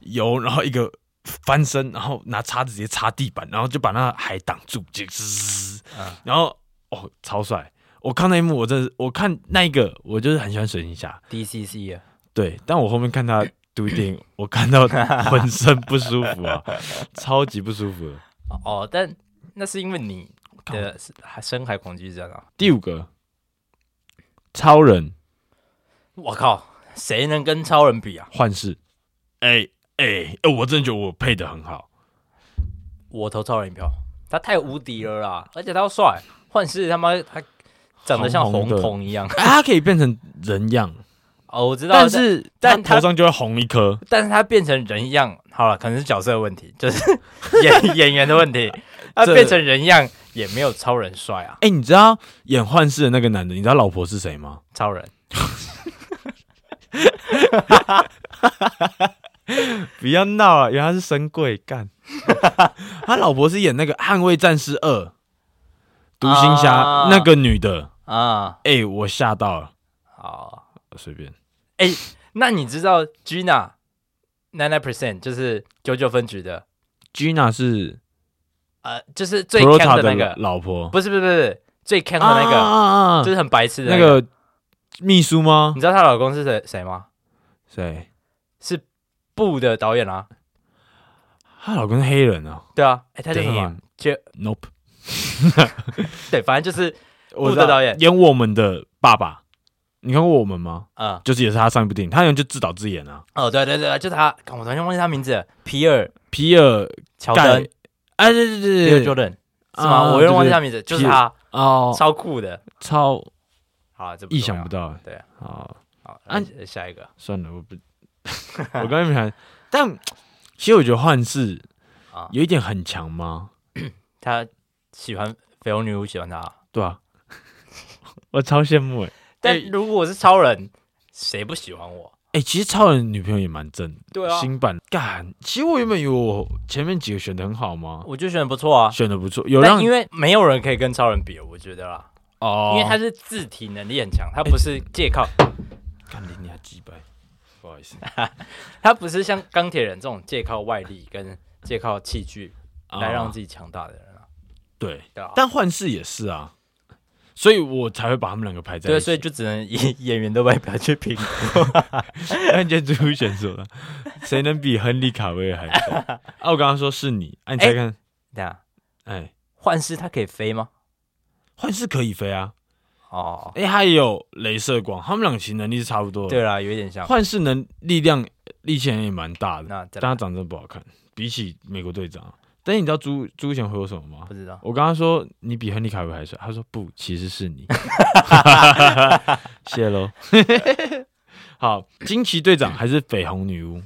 C: 游，然后一个翻身，然后拿叉子直接插地板，然后就把那海挡住，就滋，
B: 嗯
C: 然后哦，超帅！我看那一幕，我真的是，我看那一个，我就是很喜欢水行侠，
B: ，DCC 啊，
C: 对，但我后面看他读电影，我看到浑身不舒服啊，超级不舒服啊的。
B: 哦，但那是因为你的深海恐惧症啊！
C: 第五个，超人
B: 我靠，谁能跟超人比啊？
C: 幻视，哎哎、呃我真的觉得我配的很好，
B: 我投超人一票，他太无敌了啦！而且他又帅，幻视他妈他长得像
C: 红
B: 红
C: 红的
B: 瞳一样。
C: 啊他可以变成人样，
B: 哦，我知道，
C: 但是
B: 但
C: 他
B: 他
C: 头上就会红一颗。
B: 但是他变成人样，好了，可能是角色的问题，就是 演演员的问题。他
C: 这
B: 变成人样也没有超人帅啊，
C: 哎、你知道演幻视的那个男的，你知道老婆是谁吗？
B: 超人
C: 不要闹啊了，原来是神贵干。 他老婆是演那个《捍卫战士二》独行侠、
B: 啊
C: 那个女的。
B: 啊，
C: 哎、我吓到了，
B: 好，
C: 随便。
B: 那你知道 Gina nine percent 就是九九分局的，
C: Gina 是
B: 呃，就是最
C: p r o t
B: 强
C: a
B: 的
C: 的
B: 那个，
C: 老婆，
B: 不是不是不是最强的那个，
C: 啊
B: 就是很白痴的
C: 那
B: 那个。
C: 个秘书吗
B: 你？知道她老公是谁谁吗？
C: 谁？
B: 是布的导演啊，
C: 她老公是黑人啊
B: 对啊，哎，他叫什么
C: Damn？
B: 就
C: ？Nope，
B: 对，反正就是
C: 我
B: 布
C: 知
B: 的
C: 道
B: 导演
C: 演我们的爸爸。你看过我们吗？
B: 嗯
C: 就是也是他上一部电影，他好像就自导自演啊。
B: 哦，对对对，就是他，干我突然间忘记他名字了，皮尔
C: 皮尔
B: 乔
C: 盖
B: 丹，，
C: 哎，对对对
B: 皮尔
C: 对
B: Jordan 是
C: 啊
B: 吗？我有点忘记他名字，
C: 就
B: 就是是他，
C: 哦，
B: 超酷的，
C: 超
B: 好，这
C: 意想不
B: 到，
C: 到。
B: 对
C: 啊，
B: 好，
C: 啊
B: 那下一个
C: 算了，我不， 我刚才没想，但其实我觉得幻视
B: 啊，
C: 有一点很强吗？
B: 他喜欢绯红女巫，喜欢他，
C: 对吧、 我超羡慕哎、
B: 但
C: 哎
B: 如果我是超人，谁不喜欢我？
C: 哎、其实超人女朋友也蛮正的，
B: 对啊，
C: 新版干。其实我原本以为我前面几个选的很好吗？
B: 我就选得不错啊，
C: 选的不错，有
B: 但
C: 让
B: 因为没有人可以跟超人比，我觉得啦，
C: 哦，
B: 因为他是自体能力很强，他不是借靠，
C: 看你你还击败，不好意思，
B: 他不是像钢铁人这种借靠外力跟借靠器具来让
C: 己
B: 自己强大的人啊，
C: 对，
B: 对啊，
C: 哦但幻视也是啊，所以我才会把他们两个排在
B: 对，
C: 一起。
B: 所以就只能以 演员的外表去评估。
C: 按键最后选手了，谁能比亨利卡维尔还帅？啊，我刚刚说是你，啊，你猜看，
B: 这样，
C: 哎、
B: 啊幻视它可以飞吗？
C: 幻视可以飞啊，
B: 哦，
C: 哎、他也有镭射光，他们两个其实能力是差不多的。
B: 对啦，有一点像。
C: 幻视能力量力气也蛮大的，
B: 那再
C: 但他
B: 来
C: 长得真的不好看，比起美国队长。啊但是你知道朱朱贤回我什么吗
B: 不？知道，
C: 我刚刚说你比亨利卡维尔还帅，他说不，其实是你。谢喽。好，惊奇队长还是绯红女巫？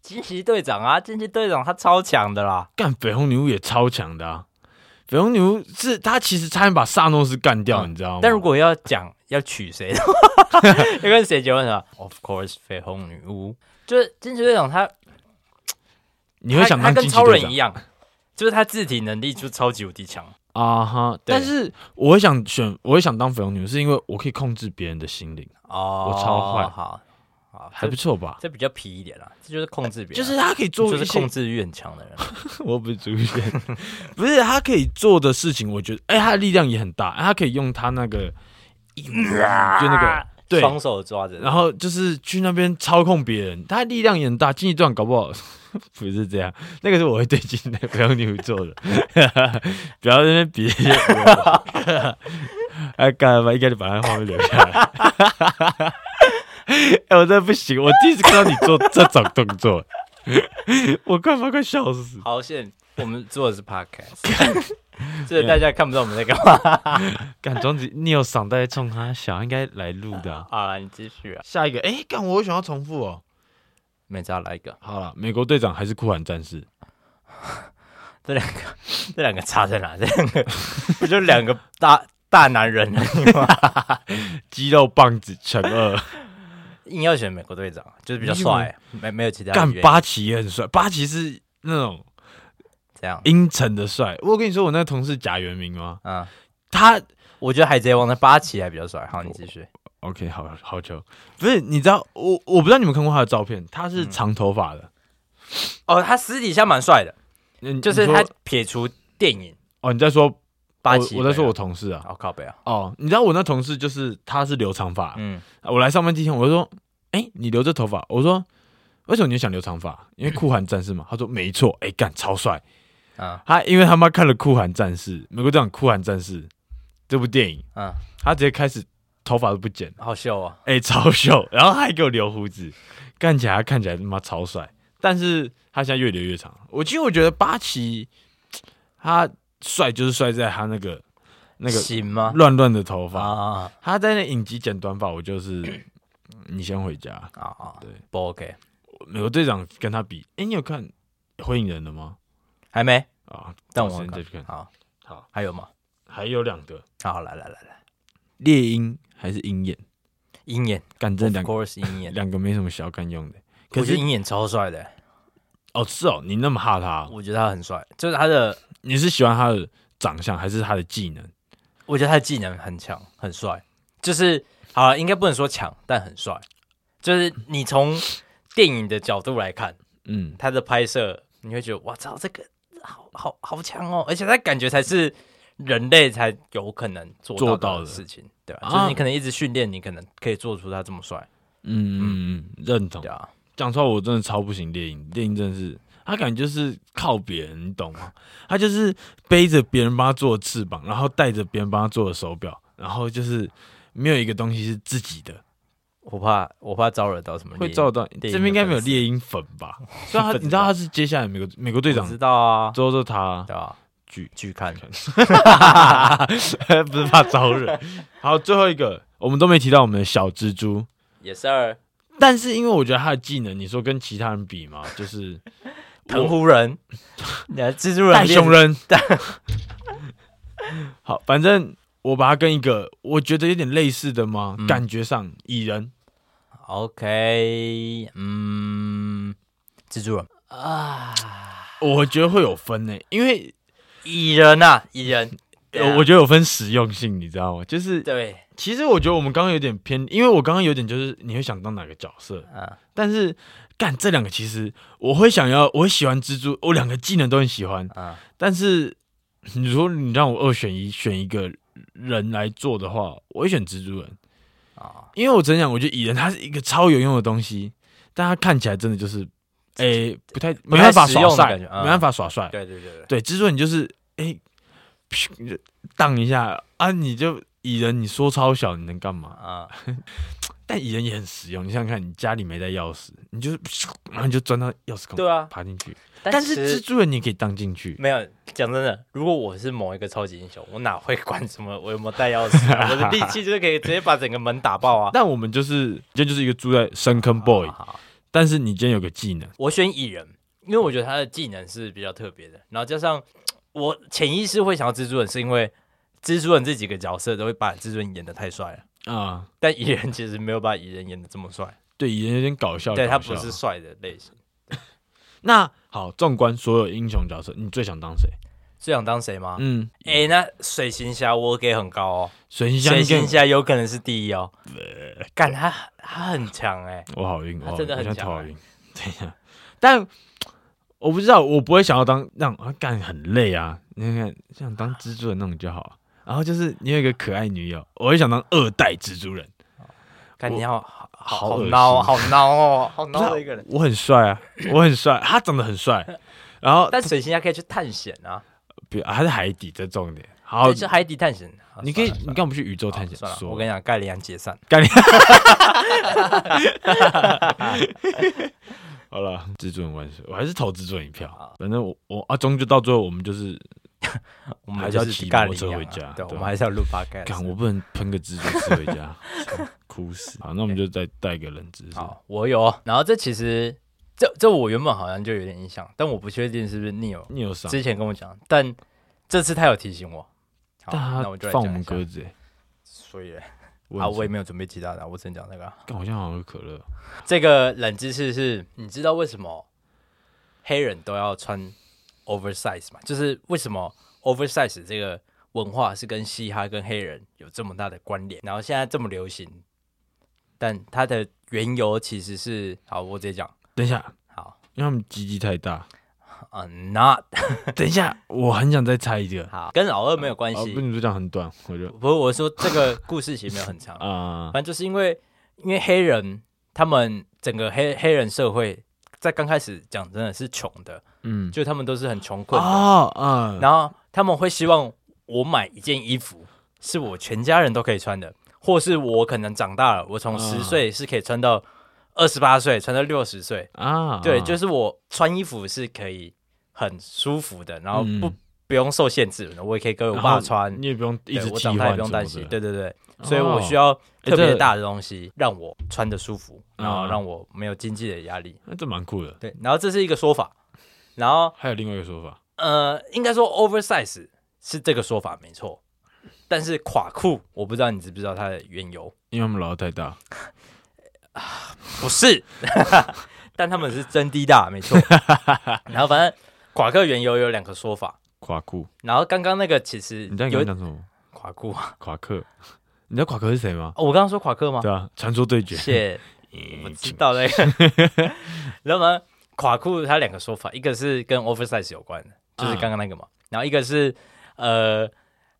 B: 惊奇队长啊，惊奇队长他超强的啦，
C: 干绯红女巫也超强的啊！绯红女巫是她其实差点把萨诺斯干掉，
B: 嗯
C: 你知道吗？
B: 但如果要讲要娶谁的话， 要跟谁结婚的话，Of course，绯红女巫就是惊奇队长他，
C: 你会想
B: 他
C: 当
B: 他跟
C: 惊奇
B: 超
C: 队
B: 人
C: 长
B: 一样，就是他自体能力就超级无敌强。
C: 啊哈！
B: 对
C: 但是我会想选，我会想当绯红女巫，是因为我可以控制别人的心灵。
B: 哦
C: 我超坏
B: 好，啊，
C: 还不
B: 这
C: 错吧？
B: 这比较皮一点啦，这就是控制别人，
C: 就是他可以做
B: 就
C: 一
B: 是
C: 些
B: 控制欲很强的人。
C: 我不是主线， 不是他可以做的事情，我觉得，哎、他的力量也很大，他可以用他那个，
B: 啊
C: 就那个对，
B: 双手抓着，
C: 然后就是去那边操控别人，他力量也很大，进一段搞不好 不是这样，那个是我会对进的，不要你们做的， 不要在那边比，哎，干嘛应该就把他画面留下来。 哎、我真的不行，我第一次看到你做这种动作， 我干嘛快笑死！
B: 好现我们做的是 podcast，所以大家看不到我们在干嘛。
C: 干庄子，你有嗓带冲他小，应该来录的啊、
B: 好了，你继续啊，
C: 下一个，哎、干我为什么要重复哦？
B: 每次要来一个，
C: 好了，美国队长还是酷寒战士，
B: 这两个 这两个差在哪？这两个不就两个大大男人吗？
C: 肌肉棒子乘 二。
B: 硬要选美国队长，就是比较帅，没没有其他
C: 干
B: 原因
C: 八旗也很帅，八旗是那种
B: 这样。
C: 阴沉的帅。我跟你说，我那个同事贾元明吗？
B: 嗯，
C: 他
B: 我觉得海贼王的八旗还比较帅。好，你继续。
C: OK，好好球，不是你知道我我不知道你们看过他的照片，他是
B: 嗯
C: 长头发的，
B: 哦，他私底下蛮帅的，
C: 嗯
B: 就是
C: 你
B: 他
C: 说
B: 撇除电影
C: 哦，你在说
B: 八
C: 我
B: 旗，
C: 我在说我同事啊，
B: 好靠北啊，
C: 哦，你知道我那同事就是他是留长发，
B: 嗯，
C: 我来上班第一天我就说，哎、你留这头发，我说为什么你想留长发？因为酷寒战士嘛，他说没错，哎、干超帅，
B: 嗯
C: 他因为他妈看了《酷寒战士》美国队长《酷寒战士》这部电影，
B: 嗯，
C: 他直接开始头发都不剪，
B: 好秀啊，
C: 哎、超秀，然后他还给我留胡子，看起来他看起来他妈超帅，但是他现在越留越长。我其实我觉得八旗他帅就是帅在他那个那个
B: 行吗？
C: 乱乱的头发，
B: 啊
C: 他在那影集剪短发，我就是 你先回家。
B: 啊啊，
C: 对，
B: 不 OK，
C: 美国队长跟他比，哎、你有看《火影人》的吗？
B: 还没。
C: 啊，
B: 但
C: 到
B: 我
C: 时间
B: 看
C: 再去看。
B: 好，
C: 好，
B: 还有吗？
C: 还有两个
B: 好，来来来来，
C: 猎鹰还是鹰眼，
B: 鹰眼
C: 干这
B: ，of
C: 两个
B: course 鹰眼，
C: 两个没什么小干用的。
B: 我
C: 可
B: 觉
C: 是
B: 得鹰眼超帅的，
C: 哦，是哦，你那么哈他哦、
B: 我觉得他很帅，就是他的，
C: 你是喜欢他的长相还是他的技能？
B: 我觉得他的技能很强，很帅，就是好了，应该不能说强，但很帅，就是你从电影的角度来看，
C: 嗯，
B: 他的拍摄，你会觉得哇操，这个好好好强哦，而且他感觉才是。人类才有可能做
C: 做
B: 到
C: 到的
B: 事情，对吧、
C: 啊
B: 就是你可能一直训练，你可能可以做出他这么帅，
C: 嗯嗯嗯，认同
B: 对。啊，
C: 讲出来我真的超不行猎鹰，猎鹰真的是他感觉就是靠别人，你懂吗？他就是背着别人帮他做的翅膀，然后带着别人帮他做的手表，然后就是没有一个东西是自己的，
B: 我怕我怕招惹到什么猎
C: 会
B: 鹰，
C: 照到
B: 鹰的
C: 这边应该没有
B: 粉丝
C: 猎鹰粉 吧？虽然他
B: 不知道
C: 你知道他是接下来美国美国队长
B: 我知道啊，
C: 之后就他
B: 对啊，
C: 剧
B: 去看，
C: 不是怕招惹。好，最后一个我们都没提到我们的小蜘蛛，
B: 也是二
C: 但是因为我觉得他的技能，你说跟其他人比嘛，就是
B: 藤 湖人，你看蜘蛛人
C: 带熊
B: 练，
C: 人。好，反正我把它跟一个我觉得有点类似的嘛，
B: 嗯
C: 感觉上蚁人
B: OK，嗯，蜘蛛人啊，
C: 我觉得会有分呢、因为、
B: 蚁人呐，蚁人，对啊
C: 呃我觉得有分实用性，你知道吗？就是
B: 对，
C: 其实我觉得我们刚刚有点偏，因为我刚刚有点就是你会想当哪个角色，
B: 啊，
C: 但是干这两个其实我会想要，我会喜欢蜘蛛，我两个技能都很喜欢，
B: 啊，
C: 但是你说你让我二选一，选一个人来做的话，我会选蜘蛛人，
B: 啊，
C: 因为我真讲，我觉得蚁人它是一个超有用的东西，但它看起来真的就是，诶、不太没办法
B: 实
C: 耍
B: 用的
C: 帅，
B: 感觉嗯
C: 没办法耍帅。
B: 对对对对，
C: 对，蜘蛛人就是，诶、噗荡一下啊，你就蚁人，你缩超小，你能干嘛？
B: 啊，
C: 但蚁人也很实用，你想想看，你家里没带钥匙，你就是，咻然后你就钻到钥匙孔，
B: 对啊，
C: 爬进去。
B: 但嗯
C: 但是蜘蛛人你也可以荡进去，
B: 没有，讲真的，如果我是某一个超级英雄，我哪会管什么我有没有带钥匙啊？我的力气就是可以直接把整个门 打爆啊！
C: 但我们就是今天就是一个住在深坑 boy，
B: 好好好
C: 但是你今天有个技能，
B: 我选蚁人，因为我觉得他的技能是比较特别的，然后加上我潜意识会想到蜘蛛人，是因为蜘蛛人这几个角色都会把蜘蛛人演的太帅了，
C: 啊、
B: 但蚁人其实没有把蚁人演的这么帅，
C: 对，蚁人有点搞笑，
B: 对
C: 哦搞
B: 他不
C: 笑啊
B: 是帅的类型。
C: 那好，纵观所有英雄角色，你最想当谁？
B: 最想当谁吗？
C: 嗯，
B: 哎、那水行侠我给很高哦，
C: 水星
B: 水
C: 箱
B: 行侠有可能是第一哦。干他他很强哎、
C: 我好晕，
B: 他
C: 我好
B: 真的
C: 晕
B: 很
C: 我现在头
B: 强
C: 好
B: 欸
C: 晕。 等一下，但我不知道，我不会想要当那种啊，干很累啊。你看看，想当蜘蛛人那种就好。然后就是你有一个可爱女友，我会想当二代蜘蛛人。
B: 干
C: 我
B: 你好好
C: 好
B: 好
C: 恶心
B: 孬好孬哦，好
C: 不是
B: 孬
C: 啊
B: 的一个人。
C: 我很帅 啊，我很帅，他长得很帅。然后
B: 但水行侠可以去探险啊，
C: 比还是海底这重点。好
B: 可以，去海底探险。啊
C: 你可以
B: 算了，
C: 你干嘛不去宇宙
B: 好
C: 探险？
B: 算了，
C: 说
B: 我跟你讲，盖里安解散。
C: 好了，蜘蛛人万岁！我还是投蜘蛛人一票。反正我我啊，终究到最后我们就是
B: 我们
C: 还是
B: 就
C: 要
B: 是
C: 骑
B: 盖
C: 摩托车
B: 里安
C: 回
B: 啊
C: 家
B: 对，我
C: 对
B: 们
C: 啊
B: 还是要录八盖。
C: 干，我不能喷个蜘蛛吃回家， 操哭死。好，那我们就再带一个冷知识。
B: 好，我有。哦然后这其实这这我原本好像就有点印象，但我不确定是不是 Neil
C: 你有啥？
B: 之前跟我讲，但这次他有提醒我。好，
C: 但他
B: 那我就来
C: 放我
B: 讲
C: 们
B: 一下
C: 鸽子欸。
B: 所以啊，
C: 啊
B: 我也没有准备其他的啊，我只能讲这个啊。
C: 干，好像好像有可乐。
B: 这个冷知识是，你知道为什么黑人都要穿 oversize 吗？就是为什么 oversize 这个文化是跟嘻哈跟黑人有这么大的关联，然后现在这么流行，但它的缘由其实是，好，我直接讲，
C: 等一下，
B: 好
C: 因为他们鸡鸡太大。
B: ，I'm 呃 not
C: 等一下，我很想再猜一个。
B: 好，跟老 二没有关
C: 啊，不，
B: 系。
C: 你不讲很短，我就
B: 不是我说这个故事其实没有很长，
C: 啊
B: 反，正就是因为因为黑人他们整个黑黑人社会在刚开始讲真的是穷的，
C: 嗯，
B: 就他们都是很穷困的，
C: 哦，嗯，
B: 然后他们会希望我买一件衣服是我全家人都可以穿的，或是我可能长大了，我从
C: 啊
B: 十岁是可以穿到二十八岁，穿到六十岁，
C: 啊，
B: 对，
C: 啊
B: 就是我穿衣服是可以很舒服的，然后不、
C: 嗯
B: 不用受限制，我也可以跟我
C: 然
B: 爸
C: 后
B: 穿，
C: 你也不用一
B: 对
C: 直
B: 我
C: 替
B: 长大
C: 换，
B: 也不用担心，，对对对，所以我需。要
C: 欸
B: 特别
C: 这
B: 大的东西让我穿的舒服，然后
C: 啊
B: 让我没有经济的压力。
C: 那这蛮酷的。
B: 对，然后这是一个说法，然后
C: 还有另外一个说法，
B: 呃，应该说 oversize 是这个说法没错，但是垮裤我不知道你知不知道它的缘由，
C: 因为他们老二太大。
B: 不是， 但他们是真滴大 没错。然后反正垮裤缘由有两个说法，
C: 垮裤，
B: 然后刚刚那个其实
C: 你在
B: 有
C: 讲讲什么？
B: 垮裤啊，
C: 垮克，你知道垮克是谁吗？
B: 哦我刚刚说垮裤吗？
C: 对啊，传说对决。嗯
B: 谢，我知道那个。 然后呢，垮裤它两个说法，一个是跟 oversize 有关的，就是刚刚那个嘛，然后一个是呃，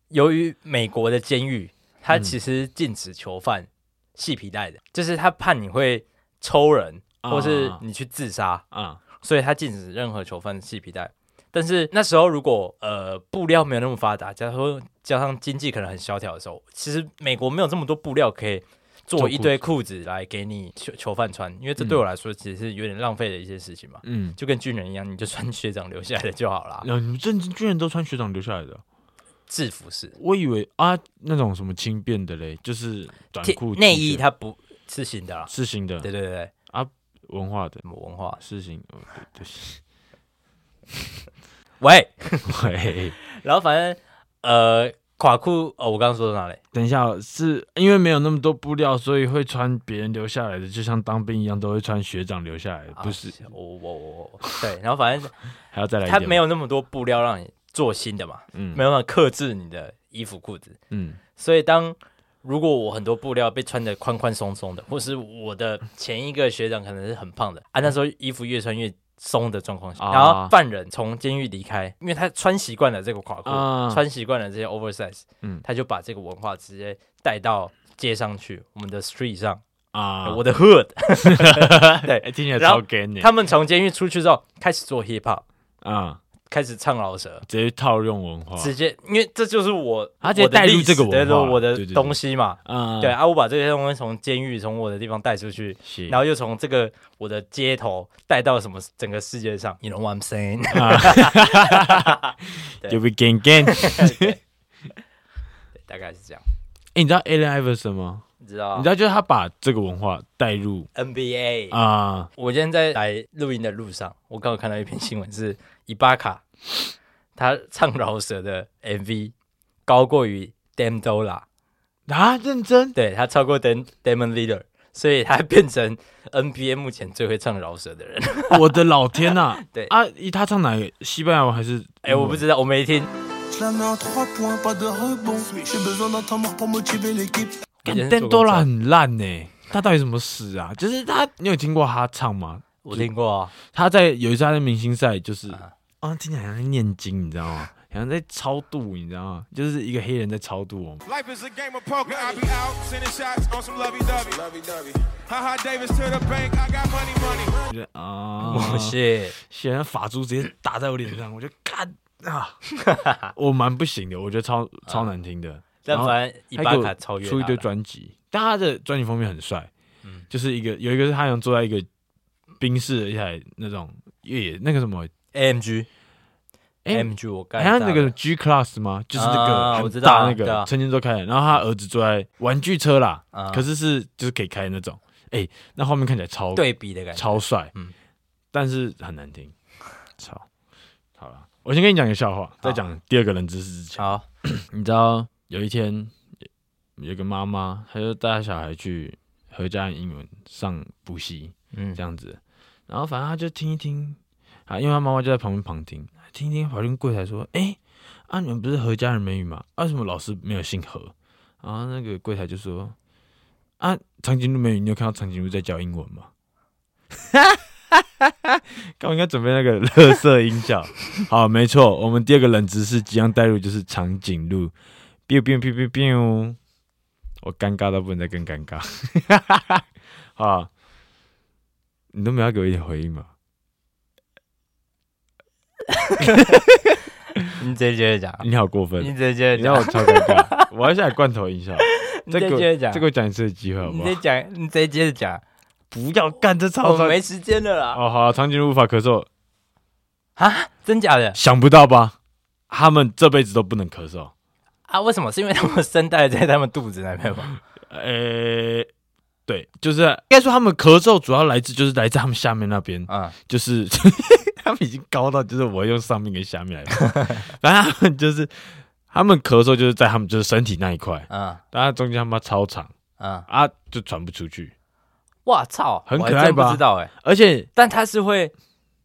B: 由于美国的监狱，它其实禁止囚犯系皮带的，就是他怕你会抽人，
C: 啊
B: 或是你去自杀，
C: 啊，
B: 所以他禁止任何囚犯系皮带。但是那时候，如果呃布料没有那么发达，加上加上经济可能很萧条的时候，其实美国没有这么多布料可以做
C: 做
B: 一
C: 裤
B: 堆裤子来给你囚囚犯穿，因为这对我来说其实是有点浪费的一些事情嘛。
C: 嗯，
B: 就跟军人一样，你就穿学长留下来的就好啦。
C: 然后你们政居然都穿学长留下来的，
B: 制服是
C: 我以为啊那种什么轻便的嘞，就是短
B: 贴
C: 裤、
B: 内衣，
C: T 恤
B: 它不是新的啦。
C: 是型的
B: 对对对对，
C: 文化的
B: 什么文化？
C: 是 型，哦对对不起，
B: 喂，
C: 喂，
B: 然后反正呃垮裤哦，我刚刚说到哪里？
C: 等一下哦，是因为没有那么多布料，所以会穿别人留下来的，就像当兵一样都会穿学长留下来的，不是？
B: 啊我我我我对，然后反正
C: 还要再来一
B: 它
C: 点吗？
B: 没有那么多布料让你做新的嘛，
C: 嗯，
B: 没有办法克制你的衣服裤子。
C: 嗯，
B: 所以当如果我很多布料被穿的宽宽松松的，或是我的前一个学长可能是很胖的啊，那时候衣服越穿越松的状况下，
C: 嗯啊
B: 然后犯人从监狱离开，因为他穿习惯了这个垮裤，
C: 啊
B: 穿习惯了这些 oversize，
C: 嗯
B: 他就把这个文化直接带到街上去，我们的 street 上，
C: 啊，
B: 我的 hood，
C: 哎听起来
B: 然后
C: 超 gay 呢
B: 他们从监狱出去之后开始做 hip hop，
C: 啊，
B: 开始唱饶舌，
C: 直接套用文化
B: 直接，因为这就是我，
C: 他直接
B: 我的
C: 带入
B: 历史
C: 这个文
B: 对对
C: 化
B: 我
C: 对对
B: 的
C: 对
B: 东西嘛。
C: 啊，
B: 对，啊，我把这些东西从监狱、从我的地方带出去，
C: 是
B: 然后又从这个我的街头带到什么整个世界上，you know what I'm saying？对
C: 啊 就被 gang gang。
B: 对大概是这样，
C: 哎，你知道 Allen Iverson 吗？
B: 你知道
C: 你知道，就是他把这个文化带入
B: NBA？、
C: 啊，
B: 我今天在来录音的路上，我刚好看到一篇新闻，是伊巴卡他唱饶舌的 MV 高过于 Dam Dola，
C: 啊，认 真
B: 对他超过 Dam Damon Leader，所以他变成 NBA 目前最会唱饶舌的人。
C: 我的老天呐、啊！
B: 对
C: 啊，他唱哪个西班牙文还是？
B: 哎哎、我不知道，我没听。
D: Je la mets en trois points, pas de rebond. J'ai besoin d'un temps mort pour motiver l'équipe.
B: 以
C: 干
B: 前是
C: 邓
B: 做
C: 多拉
B: 工程
C: 很烂呢、欸他到底怎么死啊？就是他，你有听过他唱吗？
B: 我听过啊，
C: 他在有一次他在明星赛，就是
B: 啊
C: 啊、听起来好像在念经，你知道吗？好像在超度，你知道吗？就是一个黑人在超度我们。
E: Life is a game of poker. I be out sending shots on some lovey dovey. Lovey dovey. Ha ha Davis to the bank. I got money, money.
C: 我觉得 啊，
B: 我谢
C: 显然法珠直接打在我脸上，我就干 啊，我蛮不行的，我觉得超超难听的。
B: 嗯但
C: 然后
B: 凡伊
C: 他
B: 巴
C: 给我
B: 卡超越
C: 出一
B: 他
C: 堆
B: 了
C: 专辑，但他的专辑封面很帅，
B: 嗯
C: 就是一个有一个是他想坐在一个宾士的一台那种越野那个什么，
B: AMG
C: 哎、
B: AMG 我
C: 好
B: 干
C: 像
B: 大
C: 那个
B: 了
C: G Class 吗？就是那
B: 啊
C: 个
B: 我知
C: 很
B: 道啊
C: 大那
B: 对啊
C: 个成年之后开的，然后他儿子坐在玩具车啦，
B: 啊
C: 可是是就是可以开的那种，哎、那画面看起来超
B: 对比的感觉，
C: 超帅，
B: 嗯
C: 但是很难 听，操，好了，我先跟你讲一个笑话，在讲第二个冷知识之前，
B: 好，
C: 你知道有一天有一个妈妈，她就带她小孩去何家英文上补习
B: 嗯
C: 这样子，然后反正她就听一听，啊，因为她妈妈就在旁边旁听，听一听跑去跟柜台说，哎、啊你们不是何家人美语吗？啊为什么老师没有姓何？然后那个柜台就说，啊长颈鹿美语，你有看到长颈鹿在教英文吗？ 刚我应该准备那个乐色音效。 好，没错，我们第二个冷知识即将带入就是长颈鹿。biu biu biu biu biu，我尴尬到不能再更尴尬。 啊，你都没有给我一点回应吗？
B: 你直接接着讲，
C: 你好过分
B: 你，直接接
C: 啊你
B: 着
C: 让
B: 讲，
C: 我超尴 尬。我要下来罐头音效，
B: 你
C: 再
B: 直
C: 给
B: 接
C: 我
B: 接着讲
C: 再给，我讲一次的机会好
B: 你
C: 不
B: 直接
C: 好？
B: 讲，你直接接着讲，
C: 不要干这
B: 我
C: 超
B: 们没时间了啦，
C: 哦，好，长颈鹿无法咳嗽，
B: 啊，真假的
C: 想不到吧？他们这辈子都不能咳嗽。
B: 啊？为什么？是因为他们声带在他们肚子那边吗？
C: 呃，对，就是应该说他们咳嗽主要来自就是来自他们下面那边，
B: 嗯，
C: 就是 他们已经高到就是我用上面跟下面来分， 反正他们就是他们咳嗽就是在他们就是身体那一块，
B: 嗯
C: 但它中间他妈超长
B: 嗯，
C: 啊，就传不出去，
B: 哇操，
C: 很
B: 我还
C: 可爱
B: 真不
C: 吧
B: 知道哎、
C: 而且
B: 但它是会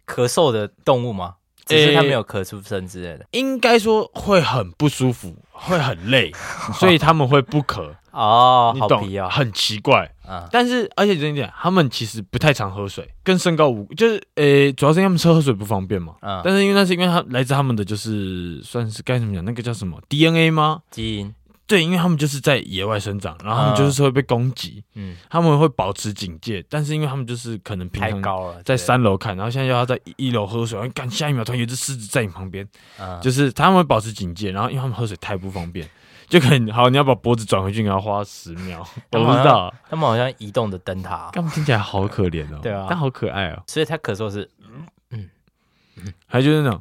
B: 咳嗽的动物吗？只是它
C: 诶
B: 没有咳出声之类的
C: 应该说会很不舒 服，会很累，所以他们会不咳，
B: 哦，
C: 你
B: 好
C: 懂
B: 皮？哦，
C: 很奇怪。
B: 嗯
C: 但是而且真的讲，他们其实不太常喝水，跟身高无，就是呃、主要是因为他们车喝水不方便嘛。
B: 嗯，
C: 但是因为那是因为他来自他们的就是算是该怎么讲，那个叫什么 DNA 吗？
B: 基因，
C: 对，因为他们就是在野外生长，然后他们就是会被攻击，
B: 嗯，
C: 他们会保持警戒，但是因为他们就是可能平
B: 太
C: 常
B: 高了，
C: 在
B: 山，
C: 三楼看，然后现在要他在一一楼喝水，然后干下一秒突然有一只狮子在你旁边，
B: 嗯，
C: 就是他们会保持警戒，然后因为他们喝水太不方便，就可能好你要把脖子转回去，你要花十 秒，我不知道，
B: 他们好像移动的灯塔哦，
C: 他们听起来好可怜哦，
B: 对啊
C: 但好可爱哦，
B: 所以它咳嗽是
C: 还有就是那种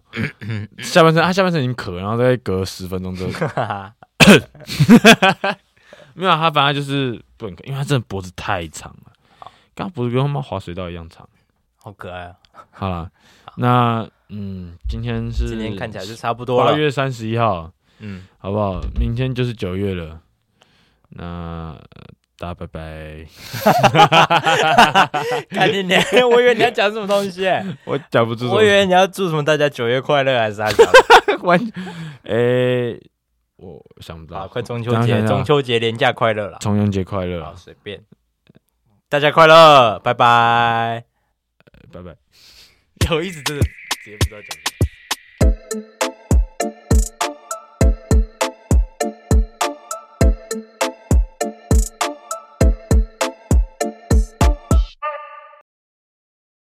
C: 下半身，啊他下半身已经咳，然后再隔十分钟之 后，没有啊，他反正就是不能咳，因为他真的脖子太长了，刚刚脖子跟他妈滑水道一样长。
B: 好可爱哦。
C: 好啦，那嗯，今天是
B: 今天看起来就差不多
C: 八
B: 了，
C: 月三十一号，
B: 嗯，
C: 好不好？明天就是九月了，那呃大家拜拜。
B: 看你娘， 我以为你要讲什么东西欸，
C: 我讲不出什么，
B: 我以为你要祝什么大家九月快乐还是啥小的？
C: 完，诶、我想不
B: 好，
C: 到，
B: 快中秋
C: 等一下
B: 节，
C: 等一下
B: 中秋节连假快乐了，
C: 重阳节快乐
B: 好
C: 啊，
B: 随便，大家快乐，拜拜。
C: 拜拜。有一直真的直接不知道讲什么。